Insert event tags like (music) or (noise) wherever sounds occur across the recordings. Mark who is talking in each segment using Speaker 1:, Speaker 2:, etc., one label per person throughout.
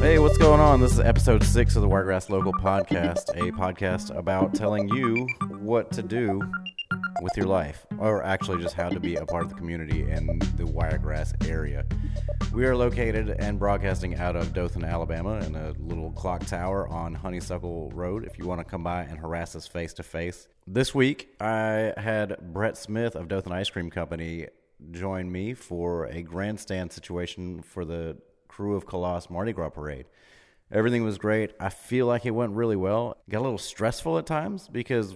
Speaker 1: Hey, what's going on? This is episode six of the Wiregrass Local Podcast, a podcast about telling you what to do with your life, or actually just how to be a part of the community in the Wiregrass area. We are located and broadcasting out of Dothan, Alabama, in a little clock tower on Honeysuckle Road. If you want to come by and harass us face to face, this week I had Brett Smith of Dothan Ice Cream Company join me for a grandstand situation for the crew of Colossus Mardi Gras parade. Everything was great. I feel like it went really well. Got a little stressful at times because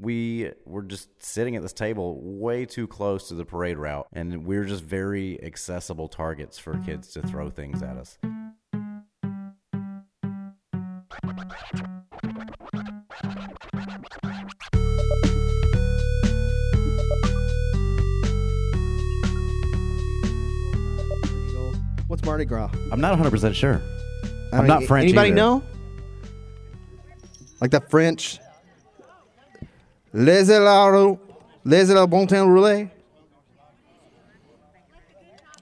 Speaker 1: we were just sitting at this table way too close to the parade route, and we were just very accessible targets for
Speaker 2: Mm-hmm.
Speaker 1: kids to throw things at us.
Speaker 2: Eagle. What's Mardi Gras?
Speaker 1: I'm not 100% sure.
Speaker 2: I
Speaker 1: I'm
Speaker 2: don't-
Speaker 1: not French
Speaker 2: Anybody
Speaker 1: either.
Speaker 2: know? Like the French. Les la les la bon temps roulé.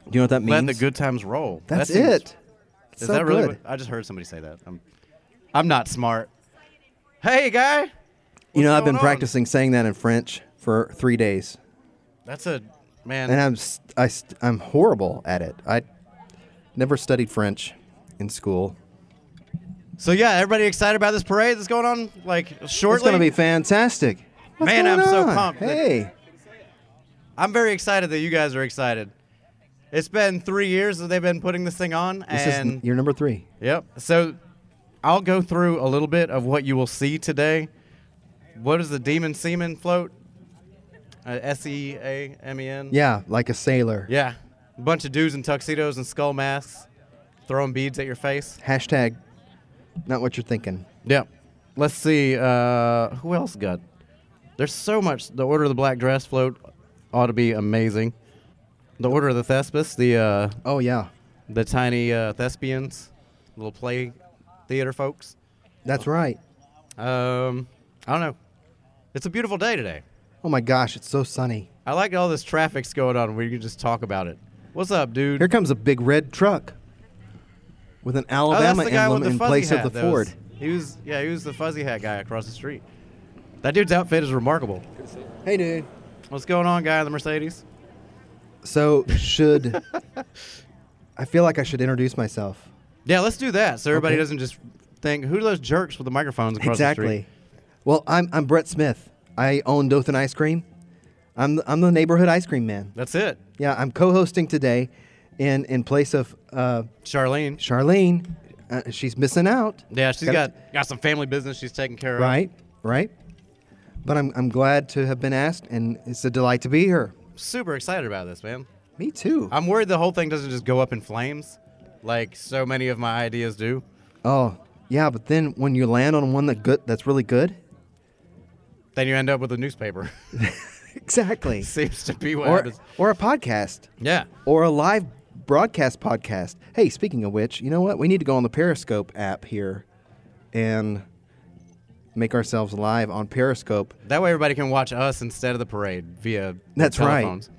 Speaker 2: Do you know what that
Speaker 1: Let
Speaker 2: means?
Speaker 1: the good times roll.
Speaker 2: That's
Speaker 1: That seems-
Speaker 2: it.
Speaker 1: Is
Speaker 2: so
Speaker 1: that really?
Speaker 2: good.
Speaker 1: what- I just heard somebody say that. I'm, I'm not smart. Hey, guy.
Speaker 2: you know,
Speaker 1: What's
Speaker 2: I've been
Speaker 1: going on?
Speaker 2: practicing saying that in French for three days,
Speaker 1: That's a man.
Speaker 2: and I'm s- I, st- I'm horrible at it. I never studied French in school.
Speaker 1: So yeah, everybody excited about this parade that's going on like shortly.
Speaker 2: It's gonna be fantastic. What's
Speaker 1: Man,
Speaker 2: going
Speaker 1: I'm so
Speaker 2: on?
Speaker 1: pumped that-
Speaker 2: Hey,
Speaker 1: I'm very excited that you guys are excited. It's been three years that they've been putting this thing on,
Speaker 2: this is
Speaker 1: and
Speaker 2: n- you're number three.
Speaker 1: yep. So I'll go through a little bit of what you will see today. What is the demon semen float? Uh, S e a m e n.
Speaker 2: Yeah, like a sailor.
Speaker 1: Yeah. A bunch of dudes in tuxedos and skull masks, throwing beads at your face.
Speaker 2: Hashtag not what you're thinking.
Speaker 1: Yeah. Let's see. Uh, who else got? There's so much. The Order of the Black Dress float ought to be amazing. The Order of the Thespis, the uh,
Speaker 2: Oh yeah.
Speaker 1: the tiny uh, thespians, little play theater folks.
Speaker 2: That's right.
Speaker 1: Um, I don't know. It's a beautiful day today.
Speaker 2: Oh my gosh, it's so sunny.
Speaker 1: I like all this traffic's going on where you can just talk about it. What's up, dude?
Speaker 2: Here comes a big red truck with an
Speaker 1: oh, that's
Speaker 2: Alabama
Speaker 1: the guy
Speaker 2: emblem
Speaker 1: with the
Speaker 2: in
Speaker 1: fuzzy
Speaker 2: place
Speaker 1: hat.
Speaker 2: of the
Speaker 1: that was-
Speaker 2: Ford.
Speaker 1: he was yeah, he was the fuzzy hat guy across the street. That dude's outfit is remarkable.
Speaker 2: Hey dude.
Speaker 1: What's going on, guy in the Mercedes?
Speaker 2: So should (laughs) I feel like I should introduce myself.
Speaker 1: Yeah, let's do that so everybody
Speaker 2: Okay.
Speaker 1: doesn't just think who are those jerks with the microphones across the
Speaker 2: exactly.
Speaker 1: street.
Speaker 2: Well, I'm I'm Brett Smith. I own Dothan Ice Cream. I'm the, I'm the neighborhood ice cream man.
Speaker 1: That's it.
Speaker 2: Yeah, I'm co-hosting today in in place of uh,
Speaker 1: Charlene.
Speaker 2: Charlene. Uh, she's missing out.
Speaker 1: Yeah, she's
Speaker 2: Gotta-
Speaker 1: got got some family business she's taking care of.
Speaker 2: Right, right. But I'm, I'm glad to have been asked, and it's a delight to be here.
Speaker 1: Super excited about this, man.
Speaker 2: Me too.
Speaker 1: I'm worried the whole thing doesn't just go up in flames like so many of my ideas do.
Speaker 2: oh, yeah, but then when you land on one that good, that's really good. (laughs)
Speaker 1: Then you end up with a newspaper. (laughs)
Speaker 2: Exactly.
Speaker 1: Seems to be what
Speaker 2: or,
Speaker 1: happens.
Speaker 2: or a podcast,
Speaker 1: Yeah.
Speaker 2: or a live broadcast podcast. Hey, speaking of which, you know what? We need to go on the Periscope app here and make ourselves live on Periscope.
Speaker 1: That way everybody can watch us instead of the parade via
Speaker 2: That's right.
Speaker 1: telephones.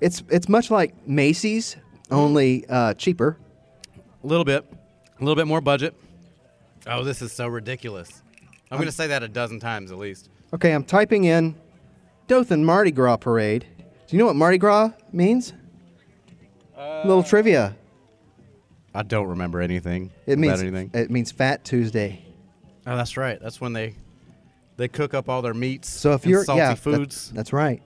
Speaker 2: It's it's much like Macy's, only uh, cheaper.
Speaker 1: A little bit. A little bit more budget. Oh, this is so ridiculous. I'm going to say that a dozen times at least.
Speaker 2: Okay, I'm typing in Dothan Mardi Gras Parade. Do you know what Mardi Gras means?
Speaker 1: Uh,
Speaker 2: Little trivia.
Speaker 1: I don't remember anything
Speaker 2: It means
Speaker 1: about anything.
Speaker 2: it means Fat Tuesday.
Speaker 1: oh, that's right. That's when they they cook up all their meats.
Speaker 2: So if
Speaker 1: and
Speaker 2: you're
Speaker 1: salty
Speaker 2: yeah, that-
Speaker 1: foods,
Speaker 2: that's right.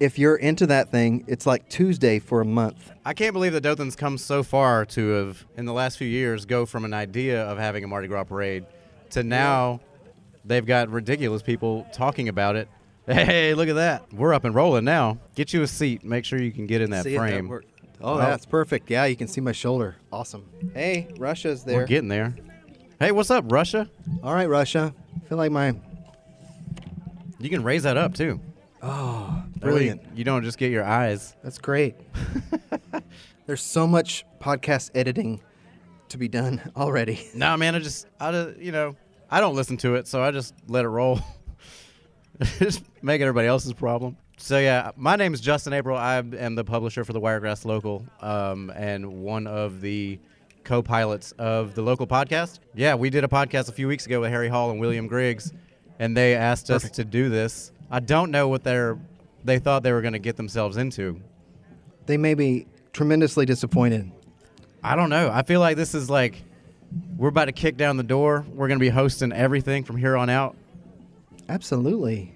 Speaker 2: If you're into that thing, it's like Tuesday for a month.
Speaker 1: I can't believe that Dothan's come so far to have in the last few years go from an idea of having a Mardi Gras parade to now they've got ridiculous people talking about it. (laughs) Hey, look at that! We're up and rolling now. Get you a seat. Make sure you can get in that frame.
Speaker 2: Oh, that's perfect. Yeah, you can see my shoulder. Awesome. Hey, Russia's there.
Speaker 1: We're getting there. Hey, what's up, Russia?
Speaker 2: All right, Russia. I feel like my
Speaker 1: You can raise that up too. That way
Speaker 2: Oh, brilliant. (laughs)
Speaker 1: You, you don't just get your eyes.
Speaker 2: That's great. There's so much podcast editing to be done already.
Speaker 1: Nah, man, I just, I just, you know, I don't listen to it, so I just let it roll. (laughs) just make it everybody else's problem. So yeah, my name is Justin April. I am the publisher for the Wiregrass Local, um, and one of the co-pilots of the local podcast. Yeah, we did a podcast a few weeks ago with Harry Hall and William Griggs, and they asked us to do this. I don't know what they're they thought they were going to get themselves into.
Speaker 2: They may be tremendously disappointed.
Speaker 1: I don't know. I feel like this is like we're about to kick down the door. We're going to be hosting everything from here on out.
Speaker 2: Absolutely.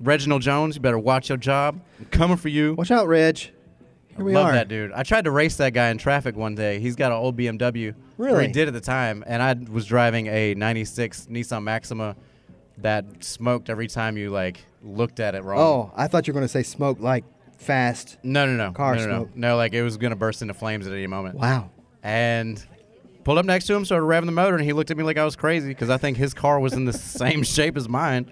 Speaker 1: Reginald Jones, you better watch your job. I'm coming for you.
Speaker 2: Watch out, Reg. Here we
Speaker 1: Love
Speaker 2: are.
Speaker 1: that dude. I tried to race that guy in traffic one day. He's got an old BMW. or
Speaker 2: Really?
Speaker 1: he did at the time, and I was driving a '96 Nissan Maxima that smoked every time you like looked at it wrong.
Speaker 2: Oh, I thought you were going to say smoke like fast.
Speaker 1: No, no, no.
Speaker 2: Car
Speaker 1: no, no,
Speaker 2: smoke.
Speaker 1: No. no, like it was gonna burst into flames at any moment.
Speaker 2: Wow.
Speaker 1: and pulled up next to him, started revving the motor, and he looked at me like I was crazy because I think his car was in the (laughs) same shape as mine.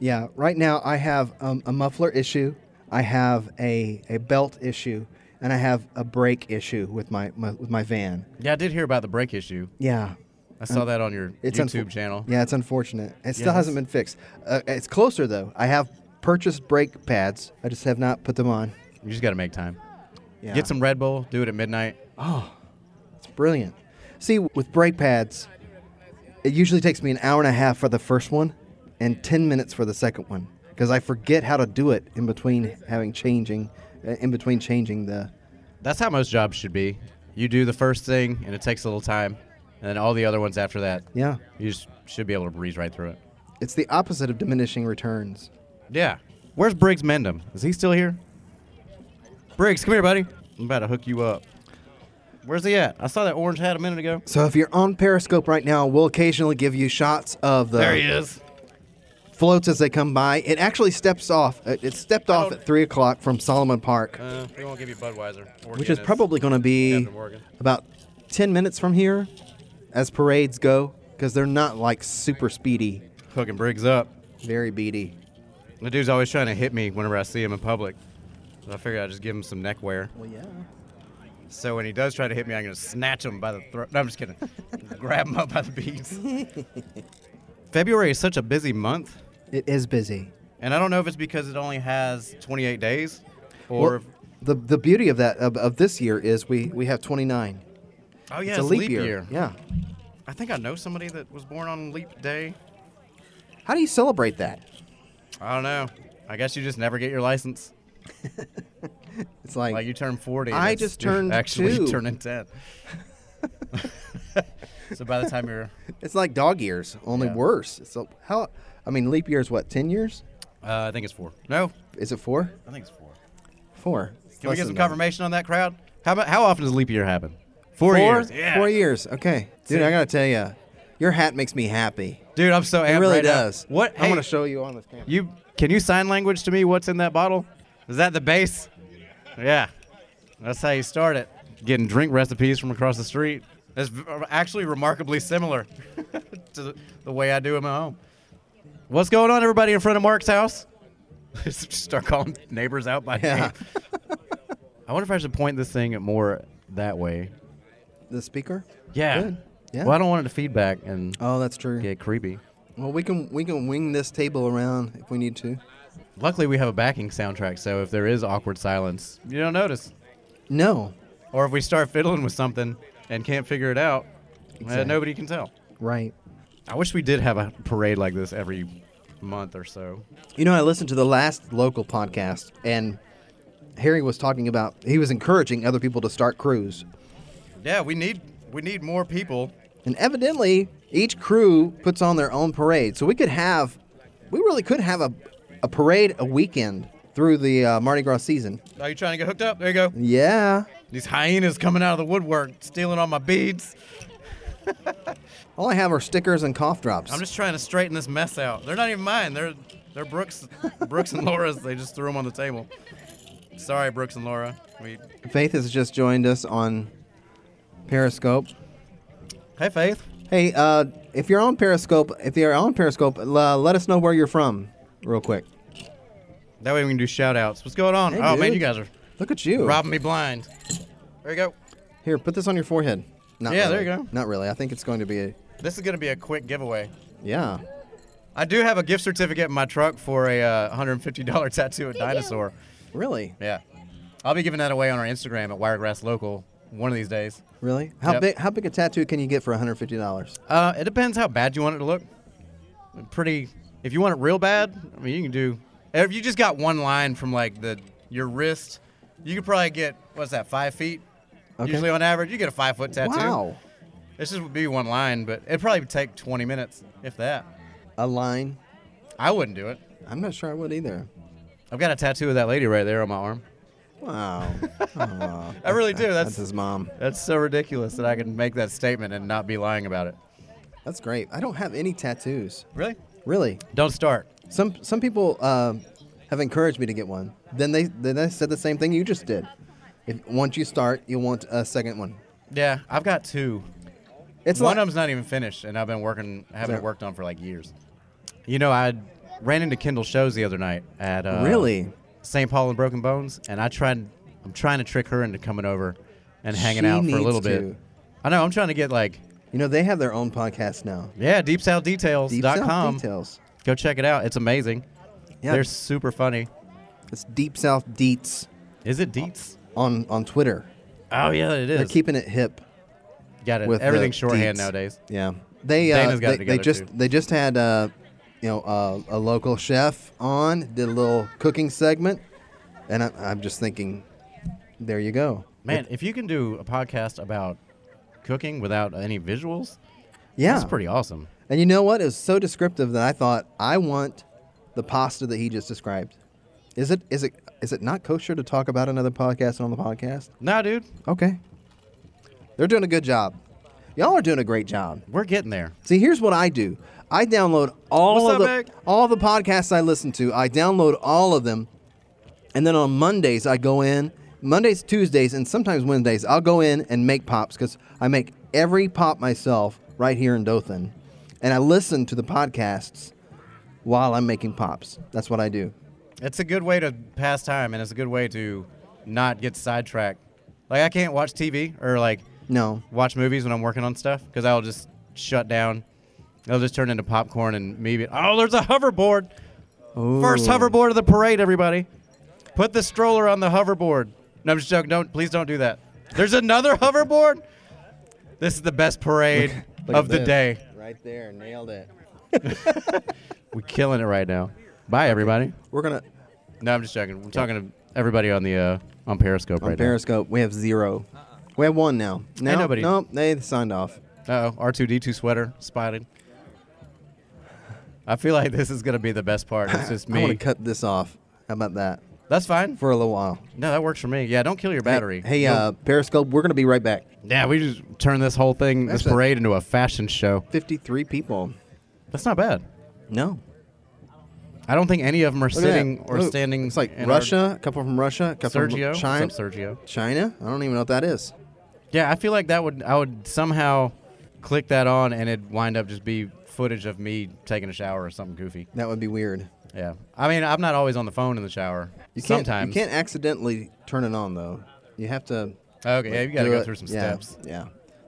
Speaker 2: Yeah, right now I have um, a muffler issue, I have a, a belt issue, and I have a brake issue with my, my with my van.
Speaker 1: Yeah, I did hear about the brake issue.
Speaker 2: Yeah.
Speaker 1: I saw that on your
Speaker 2: It's
Speaker 1: YouTube
Speaker 2: unfor-
Speaker 1: channel.
Speaker 2: Yeah, it's unfortunate. It still
Speaker 1: Yes.
Speaker 2: hasn't been fixed. Uh, it's closer though. I have purchased brake pads. I just have not put them on.
Speaker 1: You just got to make time.
Speaker 2: Yeah.
Speaker 1: Get some Red Bull, do it at midnight.
Speaker 2: It's brilliant. See, with brake pads, it usually takes me an hour and a half for the first one, and ten minutes for the second one because I forget how to do it in between having changing, uh, in between changing the.
Speaker 1: That's how most jobs should be. You do the first thing, and it takes a little time, and then all the other ones after that.
Speaker 2: Yeah,
Speaker 1: You just should be able to breeze right through it.
Speaker 2: it's the opposite of diminishing returns.
Speaker 1: Yeah. Where's Briggs Mendham? Is he still here? Briggs, come here, buddy. I'm about to hook you up. Where's he at? I saw that orange hat a minute ago.
Speaker 2: So if you're on Periscope right now, we'll occasionally give you shots of the
Speaker 1: There he is.
Speaker 2: floats as they come by. It actually steps off. uh, It it stepped off
Speaker 1: don't-
Speaker 2: at three o'clock from Solomon Park,
Speaker 1: Uh, we won't give you Budweiser, or
Speaker 2: which is
Speaker 1: Guinness.
Speaker 2: probably going to be
Speaker 1: Captain Morgan.
Speaker 2: about ten minutes from here, as parades go, because they're not like super speedy,
Speaker 1: hooking Briggs up.
Speaker 2: very beady.
Speaker 1: The dude's always trying to hit me whenever I see him in public. So I figure I'd just give him some neck wear.
Speaker 2: Well, yeah.
Speaker 1: So when he does try to hit me, I'm gonna snatch him by the throat. No, I'm just
Speaker 2: (laughs)
Speaker 1: kidding. Grab him up by the beads. February is such a busy month,
Speaker 2: It is busy.
Speaker 1: and I don't know if it's because it only has 28 days, or
Speaker 2: Well, the the beauty of that of, of this year is we we have 29.
Speaker 1: oh yeah,
Speaker 2: it's a leap, year. Yeah.
Speaker 1: I think I know somebody that was born on leap day.
Speaker 2: How do you celebrate that?
Speaker 1: I don't know. I guess you just never get your license.
Speaker 2: It's
Speaker 1: Like you turn 40.
Speaker 2: I
Speaker 1: it's-
Speaker 2: just
Speaker 1: you're
Speaker 2: turned
Speaker 1: actually
Speaker 2: two.
Speaker 1: turning 10. (laughs) so by the time you're
Speaker 2: It's like dog years, only
Speaker 1: Yeah.
Speaker 2: worse. So how? I mean, leap year is what? Ten years?
Speaker 1: uh, I think it's 4. No,
Speaker 2: Is it four?
Speaker 1: I think it's 4.
Speaker 2: Four. It's
Speaker 1: Can we
Speaker 2: less
Speaker 1: get
Speaker 2: than
Speaker 1: some
Speaker 2: that.
Speaker 1: confirmation on that crowd? How about, how often does leap year happen? 4,
Speaker 2: Four
Speaker 1: years. Yeah.
Speaker 2: Four years. Okay, dude,
Speaker 1: See?
Speaker 2: I gotta tell you, your hat makes me happy.
Speaker 1: Dude, I'm so
Speaker 2: It
Speaker 1: amped
Speaker 2: really
Speaker 1: right now.
Speaker 2: does.
Speaker 1: What
Speaker 2: I'm
Speaker 1: hey,
Speaker 2: gonna show you on this camera.
Speaker 1: (laughs) you can you sign language to me what's in that bottle? Is that the base? Yeah. That's how you start it. Getting drink recipes from across the street. That's v- actually remarkably similar (laughs) to the- the way I do in my home. What's going on, everybody, in front of Mark's house? Just (laughs) Start calling neighbors out by
Speaker 2: Yeah.
Speaker 1: name. I wonder if I should point this thing at more that way.
Speaker 2: (laughs) the speaker.
Speaker 1: Yeah.
Speaker 2: Good. Yeah.
Speaker 1: Well, I don't want it to feedback and
Speaker 2: Oh, that's true.
Speaker 1: get creepy.
Speaker 2: Well, we can we can wing this table around if we need to.
Speaker 1: Luckily, we have a backing soundtrack, so if there is awkward silence, you don't notice.
Speaker 2: No.
Speaker 1: Or if we start fiddling with something and can't figure it out, uh,
Speaker 2: Exactly.
Speaker 1: nobody can tell.
Speaker 2: Right.
Speaker 1: I wish we did have a parade like this every month or so.
Speaker 2: You know, I listened to the last local podcast, and Harry was talking about he was encouraging other people to start crews,
Speaker 1: Yeah, we need we need more people.
Speaker 2: and evidently each crew puts on their own parade. So we could have, we really could have a, a parade a weekend through the uh, Mardi Gras season.
Speaker 1: Are you trying to get hooked up? There you go.
Speaker 2: Yeah.
Speaker 1: These hyenas coming out of the woodwork, stealing all my beads.
Speaker 2: All I have are stickers and cough drops.
Speaker 1: I'm just trying to straighten this mess out. They're not even mine. They're they're Brooks (laughs) Brooks and Laura's. They just threw them on the table. Sorry, Brooks and Laura. We
Speaker 2: Faith has just joined us on Periscope.
Speaker 1: hey Faith.
Speaker 2: Hey, uh, if you're on Periscope, if you're on Periscope, uh, let us know where you're from, real quick.
Speaker 1: That way we can do shout outs. What's going on?
Speaker 2: Hey,
Speaker 1: oh man,
Speaker 2: dude.
Speaker 1: you guys are
Speaker 2: Look at you.
Speaker 1: Robbing me blind. There you go.
Speaker 2: Here, put this on your forehead. Not
Speaker 1: Yeah, there
Speaker 2: really.
Speaker 1: you go.
Speaker 2: Not really. I think it's going to be a.
Speaker 1: This is going to be a quick giveaway.
Speaker 2: Yeah.
Speaker 1: I do have a gift certificate in my truck for a uh, $150 tattoo of dinosaur.
Speaker 2: Really?
Speaker 1: Yeah. I'll be giving that away on our Instagram at Wiregrass Local one of these days.
Speaker 2: Really? How
Speaker 1: Yep.
Speaker 2: big? How big a tattoo can you get for 150 dollars?
Speaker 1: Uh, it depends how bad you want it to look. Pretty. If you want it real bad, I mean, you can do. If you just got one line from like the your wrist, you could probably get what's that? Five feet.
Speaker 2: Okay.
Speaker 1: Usually on average, you get a five foot tattoo.
Speaker 2: Wow.
Speaker 1: This just would be one line, but it'd probably take 20 minutes, if that.
Speaker 2: A line?
Speaker 1: I wouldn't do it.
Speaker 2: I'm not sure I would either.
Speaker 1: I've got a tattoo of that lady right there on my arm.
Speaker 2: Wow. Aw.
Speaker 1: I (laughs) really do.
Speaker 2: That's
Speaker 1: That's
Speaker 2: his mom.
Speaker 1: that's so ridiculous that I can make that statement and not be lying about it.
Speaker 2: That's great. I don't have any tattoos.
Speaker 1: Really?
Speaker 2: Really.
Speaker 1: Don't start.
Speaker 2: Some some people uh, have encouraged me to get one. Then they then they said the same thing you just did. If once you start, you want a second one.
Speaker 1: Yeah, I've got two.
Speaker 2: It's
Speaker 1: One
Speaker 2: like,
Speaker 1: of them's not even finished, and I've been working, haven't
Speaker 2: Is that-
Speaker 1: worked on for like years. You know, I ran into Kendall shows the other night at uh,
Speaker 2: Really?
Speaker 1: St. Paul and Broken Bones, and I tried. I'm trying to trick her into coming over and hanging
Speaker 2: She
Speaker 1: out for a
Speaker 2: needs
Speaker 1: little
Speaker 2: to.
Speaker 1: bit. I know. I'm trying to get like
Speaker 2: you know they have their own podcast now.
Speaker 1: yeah, deepsouthdetails.com.
Speaker 2: South details.
Speaker 1: Go check it out. It's amazing.
Speaker 2: Yeah.
Speaker 1: They're super funny.
Speaker 2: It's Deep South Deets
Speaker 1: Is it Deets?
Speaker 2: on on Twitter.
Speaker 1: Oh yeah, it
Speaker 2: They're
Speaker 1: is.
Speaker 2: keeping it hip
Speaker 1: got it.
Speaker 2: with the
Speaker 1: Everything's shorthand
Speaker 2: deets.
Speaker 1: nowadays.
Speaker 2: Yeah, they uh,
Speaker 1: Dana's got
Speaker 2: they,
Speaker 1: it
Speaker 2: they
Speaker 1: together,
Speaker 2: just
Speaker 1: too.
Speaker 2: they just had uh, you know uh, a local chef on did a little cooking segment, and I, I'm just thinking, there you go.
Speaker 1: Man, if you can do a podcast about cooking without any visuals,
Speaker 2: Yeah,
Speaker 1: that's pretty awesome.
Speaker 2: And you know what? It was so descriptive that I thought I want the pasta that he just described. Is it is it is it not kosher to talk about another podcast on the podcast?
Speaker 1: Nah, dude,
Speaker 2: Okay, they're doing a good job. Y'all are doing a great job.
Speaker 1: we're getting there.
Speaker 2: See, here's what I do. I download all
Speaker 1: What's up,
Speaker 2: of the
Speaker 1: Meg?
Speaker 2: all the podcasts I listen to. I download all of them, and then on Mondays I go in. Mondays, Tuesdays, and sometimes Wednesdays I'll go in and make pops because I make every pop myself right here in Dothan, and I listen to the podcasts while I'm making pops. That's what I do.
Speaker 1: It's a good way to pass time, and it's a good way to not get sidetracked. Like I can't watch TV or like
Speaker 2: No,
Speaker 1: watch movies when I'm working on stuff because I'll just shut down. It'll just turn into popcorn and maybe oh, there's a hoverboard. First hoverboard of the parade, everybody. Put the stroller on the hoverboard. No, I'm just joking. Don't please don't do that. There's another (laughs) hoverboard. This is the best parade
Speaker 2: Look
Speaker 1: of
Speaker 2: at
Speaker 1: the
Speaker 2: this.
Speaker 1: day.
Speaker 2: right there, nailed it.
Speaker 1: We're killing it right now. Bye, everybody.
Speaker 2: We're gonna
Speaker 1: No, I'm just joking. We're talking to everybody on the uh, on Periscope
Speaker 2: on
Speaker 1: right
Speaker 2: Periscope. We have 0 We have one now. No,
Speaker 1: nobody.
Speaker 2: No, they signed off.
Speaker 1: now. Uh oh, R2D2 sweater spotted. I feel like this is gonna be the best part.
Speaker 2: (laughs)
Speaker 1: It's just
Speaker 2: I want
Speaker 1: me.
Speaker 2: to cut this off. How about that?
Speaker 1: That's fine.
Speaker 2: For a little while.
Speaker 1: No, that works for me. Yeah, don't kill your battery.
Speaker 2: Hey, hey,
Speaker 1: No.
Speaker 2: uh, Periscope, we're going to be right back.
Speaker 1: yeah, we just turned this whole thing, this
Speaker 2: That's a-
Speaker 1: parade, into a fashion show.
Speaker 2: 53 people.
Speaker 1: That's not bad.
Speaker 2: No.
Speaker 1: I don't think any of them are
Speaker 2: Look at
Speaker 1: sitting
Speaker 2: that.
Speaker 1: or
Speaker 2: Look,
Speaker 1: standing.
Speaker 2: It's like
Speaker 1: in our-
Speaker 2: Russia, a couple from Russia, a couple
Speaker 1: Sergio,
Speaker 2: from
Speaker 1: What's
Speaker 2: China.
Speaker 1: up, Sergio.
Speaker 2: China? I don't even know what that is.
Speaker 1: Yeah, I feel like that would I would somehow click that on and it'd wind up just be footage of me taking a shower or something goofy.
Speaker 2: That would be weird.
Speaker 1: Yeah. I mean, I'm not always on the phone in the shower.
Speaker 2: You can't,
Speaker 1: Sometimes.
Speaker 2: You can't accidentally turn it on, though. You have to.
Speaker 1: Okay, yeah, you got to
Speaker 2: do
Speaker 1: go
Speaker 2: it.
Speaker 1: through some
Speaker 2: Yeah,
Speaker 1: steps.
Speaker 2: Yeah.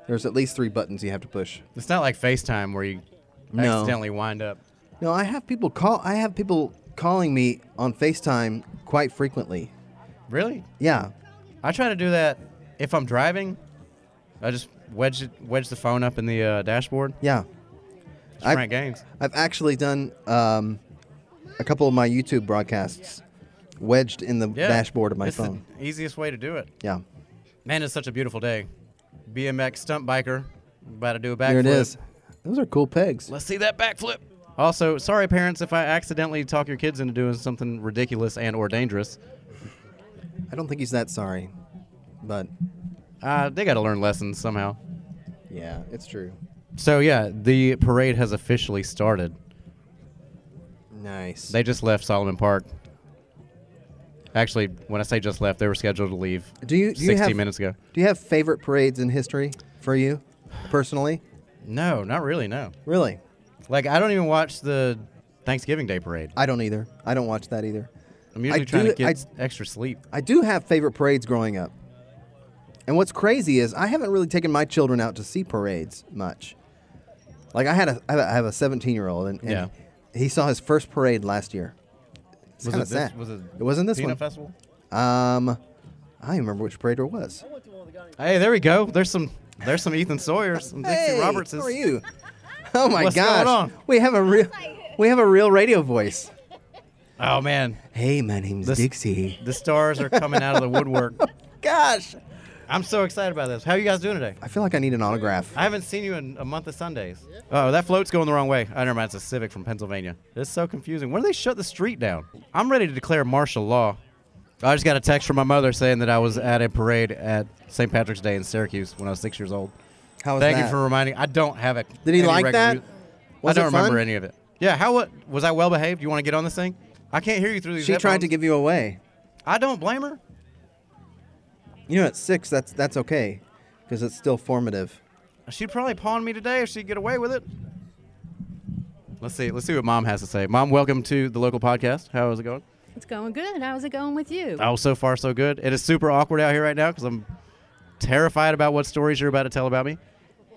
Speaker 2: There's at least three buttons you have to push.
Speaker 1: It's not like FaceTime where you
Speaker 2: No.
Speaker 1: accidentally wind up.
Speaker 2: No, I have people call. I have people calling me on FaceTime quite frequently.
Speaker 1: Really?
Speaker 2: Yeah.
Speaker 1: I try to do that if I'm driving. I just wedge it, wedge the phone up in the uh, dashboard.
Speaker 2: Yeah.
Speaker 1: It's
Speaker 2: I've-
Speaker 1: Frank Gaines.
Speaker 2: I've actually done um, a couple of my YouTube broadcasts wedged in the
Speaker 1: Yeah.
Speaker 2: dashboard of my
Speaker 1: it's
Speaker 2: phone.
Speaker 1: The easiest way to do it.
Speaker 2: yeah.
Speaker 1: Man, it's such a beautiful day. BMX stunt biker about to do a backflip.
Speaker 2: There it is. Those are cool pegs.
Speaker 1: Let's see that backflip. Also, sorry parents if I accidentally talk your kids into doing something ridiculous and or dangerous.
Speaker 2: I don't think he's that sorry. But
Speaker 1: Uh, they got to learn lessons somehow.
Speaker 2: yeah, it's true.
Speaker 1: So yeah, the parade has officially started.
Speaker 2: Nice.
Speaker 1: They just left Solomon Park. Actually, when I say just left, they were scheduled to leave
Speaker 2: do you do you
Speaker 1: 16
Speaker 2: have
Speaker 1: minutes ago.
Speaker 2: Do you have favorite parades in history for you personally?
Speaker 1: No, not really, no.
Speaker 2: Really?
Speaker 1: Like I don't even watch the Thanksgiving Day parade.
Speaker 2: I don't either. I don't watch that either.
Speaker 1: I'm usually
Speaker 2: I
Speaker 1: trying
Speaker 2: do-
Speaker 1: to get
Speaker 2: I-
Speaker 1: s- extra sleep.
Speaker 2: I do have favorite parades growing up. And what's crazy is I haven't really taken my children out to see parades much. Like I had a I have a- I have a 17 year old and, and
Speaker 1: Yeah.
Speaker 2: he saw his first parade last year. It's
Speaker 1: Was
Speaker 2: kinda
Speaker 1: it this-
Speaker 2: sad.
Speaker 1: was it
Speaker 2: wasn't this
Speaker 1: Peanut
Speaker 2: one.
Speaker 1: Festival.
Speaker 2: Um, I don't remember which parade it was.
Speaker 1: Hey, there we go. There's some. There's some Ethan Sawyer's. Some Dixie
Speaker 2: Hey,
Speaker 1: Roberts's.
Speaker 2: How are you? (laughs) Oh my
Speaker 1: What's going
Speaker 2: gosh.
Speaker 1: on?
Speaker 2: We have a real we have a real radio voice.
Speaker 1: Oh man,
Speaker 2: Hey, my name's
Speaker 1: This-
Speaker 2: Dixie.
Speaker 1: the stars are coming out of the
Speaker 2: (laughs)
Speaker 1: woodwork.
Speaker 2: Gosh.
Speaker 1: I'm so excited about this. How are you guys doing today?
Speaker 2: I feel like I need an autograph.
Speaker 1: I haven't seen you in a month of Sundays. Oh, that float's going the wrong way. I never mind. It's a Civic from Pennsylvania. It's so confusing. When do they shut the street down? I'm ready to declare martial law. I just got a text from my mother saying that I was at a parade at St. Patrick's Day in Syracuse when I was six years old.
Speaker 2: How was
Speaker 1: Thank
Speaker 2: that?
Speaker 1: you for reminding. I don't have it.
Speaker 2: Did he
Speaker 1: any
Speaker 2: like
Speaker 1: regular
Speaker 2: that?
Speaker 1: use-
Speaker 2: Was
Speaker 1: I
Speaker 2: it
Speaker 1: don't remember
Speaker 2: fun?
Speaker 1: any of it. Yeah. How what was I well behaved? You want to get on this thing? I can't hear you through these.
Speaker 2: She tried
Speaker 1: headphones.
Speaker 2: to give you away.
Speaker 1: I don't blame her.
Speaker 2: You know, at six, that's that's okay, because it's still formative.
Speaker 1: She'd probably pawn me today if she'd get away with it. Let's see. Let's see what mom has to say. Mom, welcome to the local podcast. How is it going?
Speaker 3: It's going good. How's it going with you?
Speaker 1: Oh, so far so good. It is super awkward out here right now because I'm terrified about what stories you're about to tell about me.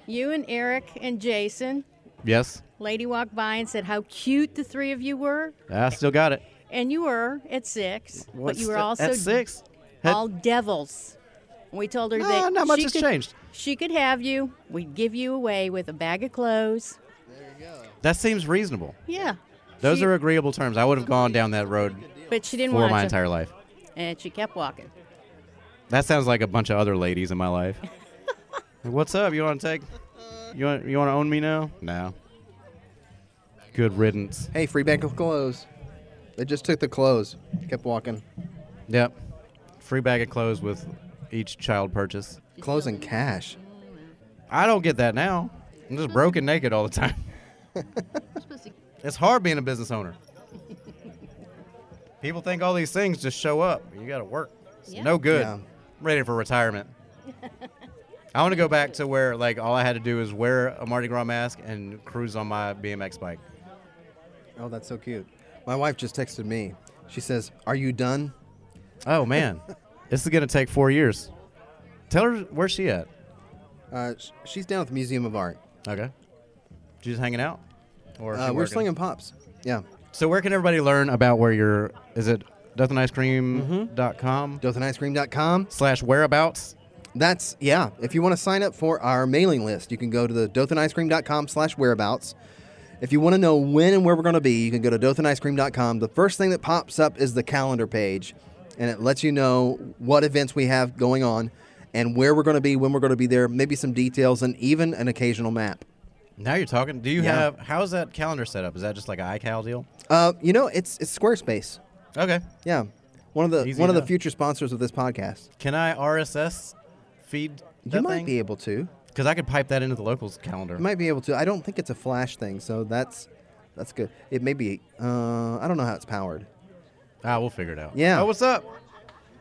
Speaker 3: You and Eric and Jason.
Speaker 1: Yes,
Speaker 3: Lady walked by and said how cute the three of you were,
Speaker 1: I still got it.
Speaker 3: and you were at six, but
Speaker 1: What's
Speaker 3: you were
Speaker 1: the-
Speaker 3: also
Speaker 1: at six. Had-
Speaker 3: all devils. We told her
Speaker 1: No,
Speaker 3: that
Speaker 1: not much
Speaker 3: she
Speaker 1: has
Speaker 3: could-
Speaker 1: changed.
Speaker 3: She could have you. We'd give you away with a bag of clothes.
Speaker 1: that seems reasonable.
Speaker 3: Yeah.
Speaker 1: Those
Speaker 3: She-
Speaker 1: are agreeable terms. I would have gone down that road
Speaker 3: But she didn't
Speaker 1: for
Speaker 3: want
Speaker 1: my
Speaker 3: to,
Speaker 1: entire life.
Speaker 3: and she kept walking.
Speaker 1: That sounds like a bunch of other ladies in my life. (laughs) What's up? You want to take? You want you want to own me now? No. Good riddance.
Speaker 2: Hey, free bank of clothes. They just took the clothes. Kept walking.
Speaker 1: Yep. Free bag of clothes with each child purchase.
Speaker 2: Clothes and cash.
Speaker 1: I don't get that now. I'm just broken naked all the time. it's hard being a business owner. People think all these things just show up. You got to work. It's
Speaker 3: Yeah.
Speaker 1: no good.
Speaker 2: Yeah.
Speaker 1: Ready for retirement. I want to go back to where like all I had to do is wear a Mardi Gras mask and cruise on my BMX bike.
Speaker 2: Oh, that's so cute. My wife just texted me. She says, "Are you done?"
Speaker 1: Oh
Speaker 2: (laughs)
Speaker 1: man, this is gonna take four years. Tell her where's she at.
Speaker 2: Uh, sh- she's down at the Museum of Art.
Speaker 1: Okay. She just hanging out, or is
Speaker 2: Uh,
Speaker 1: she
Speaker 2: we're
Speaker 1: working?
Speaker 2: slinging pops. Yeah.
Speaker 1: So where can everybody learn about where your is it
Speaker 2: Mm-hmm.
Speaker 1: deathandicecream.com
Speaker 2: DothanIceCream.com.
Speaker 1: slash whereabouts?
Speaker 2: That's yeah. If you want to sign up for our mailing list, you can go to the dothanicecream.com slash whereabouts. If you want to know when and where we're going to be, you can go to dothanicecream.com. The first thing that pops up is the calendar page, and it lets you know what events we have going on and where we're going to be, when we're going to be there, maybe some details, and even an occasional map.
Speaker 1: Now you're talking. Do you
Speaker 2: Yeah.
Speaker 1: have how's that calendar set up? Is that just like an iCal deal?
Speaker 2: Uh, you know, it's it's Squarespace.
Speaker 1: Okay.
Speaker 2: Yeah, one of the
Speaker 1: Easy
Speaker 2: one of the
Speaker 1: enough.
Speaker 2: future sponsors of this podcast.
Speaker 1: Can I RSS feed that
Speaker 2: you might be able to.
Speaker 1: because I could pipe that into the locals calendar.
Speaker 2: You might be able to. I don't think it's a flash thing, so that's that's good. It may be. Uh, I don't know how it's powered.
Speaker 1: ah, we'll figure it out.
Speaker 2: Yeah.
Speaker 1: Oh, what's up?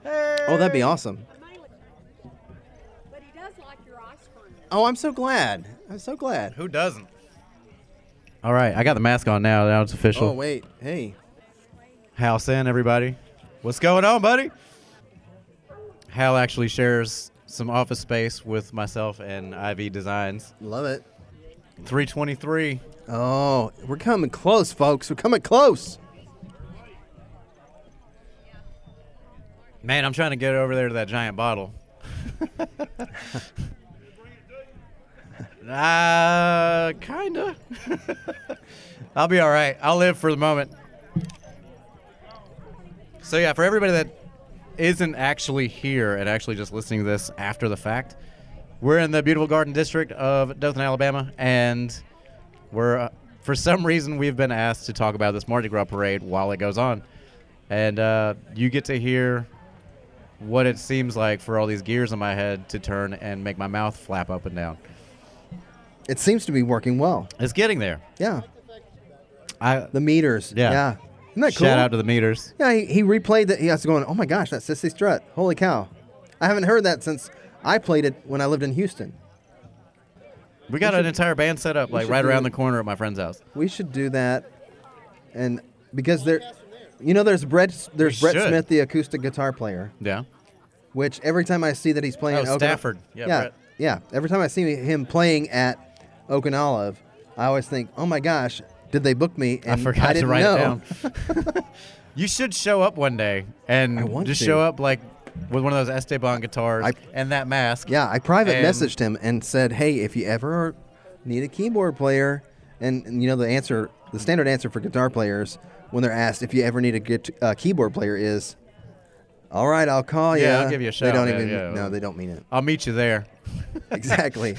Speaker 2: Oh, that'd be awesome.
Speaker 4: But he does like your ice cream.
Speaker 2: Oh, I'm so glad. I'm so glad.
Speaker 1: Who doesn't? All right, I got the mask on now. Now it's official.
Speaker 2: Oh wait, hey.
Speaker 1: House in, everybody. What's going on, buddy? Hal actually shares some office space with myself and IV Designs.
Speaker 2: Love it.
Speaker 1: 323.
Speaker 2: Oh, we're coming close, folks. We're coming close.
Speaker 1: Man, I'm trying to get over there to that giant bottle. (laughs) uh, kinda. (laughs) I'll be all right. I'll live for the moment. So yeah, for everybody that isn't actually here and actually just listening to this after the fact, we're in the beautiful Garden District of Dothan, Alabama, and we're uh, for some reason we've been asked to talk about this Mardi Gras parade while it goes on, and uh, you get to hear what it seems like for all these gears in my head to turn and make my mouth flap up and down.
Speaker 2: It seems to be working well.
Speaker 1: It's getting there.
Speaker 2: Yeah,
Speaker 1: I
Speaker 2: the meters.
Speaker 1: Yeah.
Speaker 2: yeah. Isn't that cool?
Speaker 1: shout out to the meters.
Speaker 2: yeah, he, he replayed that. He was going, oh my gosh, that's Sissy Strut. Holy cow. I haven't heard that since I played it when I lived in Houston.
Speaker 1: We got an entire band set up like
Speaker 2: should
Speaker 1: right
Speaker 2: do
Speaker 1: around
Speaker 2: it.
Speaker 1: the corner at my friend's house.
Speaker 2: We should do that, and because there, You know, there's Brett. There's Brett
Speaker 1: should.
Speaker 2: Smith, the acoustic guitar player.
Speaker 1: Yeah.
Speaker 2: Which every time I see that he's playing,
Speaker 1: Oh,
Speaker 2: at Okina-
Speaker 1: Stafford. Yeah,
Speaker 2: yeah,
Speaker 1: Brett.
Speaker 2: yeah. Every time I see him playing at Okinawa, I always think, "Oh my gosh, did they book me?" And
Speaker 1: I forgot to
Speaker 2: didn't
Speaker 1: write
Speaker 2: know.
Speaker 1: it down.
Speaker 2: (laughs)
Speaker 1: you should show up one day
Speaker 2: I
Speaker 1: and
Speaker 2: want
Speaker 1: just
Speaker 2: to.
Speaker 1: show up like with one of those Esteban guitars
Speaker 2: I-
Speaker 1: and that mask.
Speaker 2: Yeah, I private
Speaker 1: And-
Speaker 2: messaged him and said, "Hey, if you ever need a keyboard player," and, and you know the answer, the standard answer for guitar players when they're asked if you ever need a git- uh, keyboard player is, "All right, I'll call you."
Speaker 1: Yeah, I'll give you a
Speaker 2: They
Speaker 1: shout,
Speaker 2: don't
Speaker 1: man,
Speaker 2: even.
Speaker 1: yeah.
Speaker 2: No, they don't
Speaker 1: (laughs)
Speaker 2: mean it.
Speaker 1: I'll meet you there. (laughs)
Speaker 2: Exactly.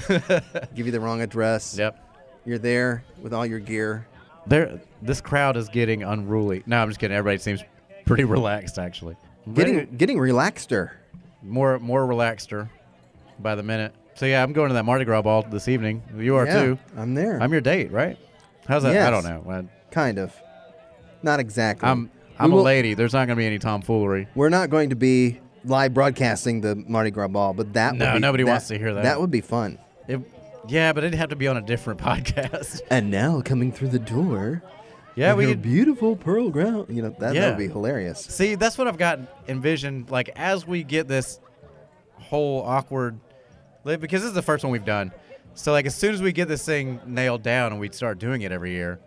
Speaker 2: give you the wrong address.
Speaker 1: Yep.
Speaker 2: You're there with all your gear.
Speaker 1: There, this crowd is getting unruly. No, I'm just kidding. Everybody seems pretty (laughs) relaxed, actually. Really
Speaker 2: Getting getting er. relaxeder.
Speaker 1: more more relaxeder by the minute. So yeah, I'm going to that Mardi Gras ball this evening. You are
Speaker 2: yeah,
Speaker 1: too.
Speaker 2: I'm there.
Speaker 1: I'm your date, right? How's that? I
Speaker 2: Yes.
Speaker 1: don't know.
Speaker 2: kind of, not exactly.
Speaker 1: I, am
Speaker 2: We
Speaker 1: I'm a
Speaker 2: will-
Speaker 1: lady. There's not going to be any tomfoolery.
Speaker 2: We're not going to be live broadcasting the Mardi Gras ball, but that
Speaker 1: No,
Speaker 2: would be,
Speaker 1: nobody wants to hear that.
Speaker 2: That would be fun.
Speaker 1: It, yeah, but it'd have to be on a different (laughs) podcast.
Speaker 2: And now coming through the door,
Speaker 1: yeah,
Speaker 2: with
Speaker 1: we
Speaker 2: her
Speaker 1: could
Speaker 2: beautiful pearl ground. You know that, that
Speaker 1: Yeah.
Speaker 2: would be hilarious.
Speaker 1: See, that's what I've got envisioned. Like as we get this whole awkward, like, because this is the first one we've done. So like as soon as we get this thing nailed down and we start doing it every year,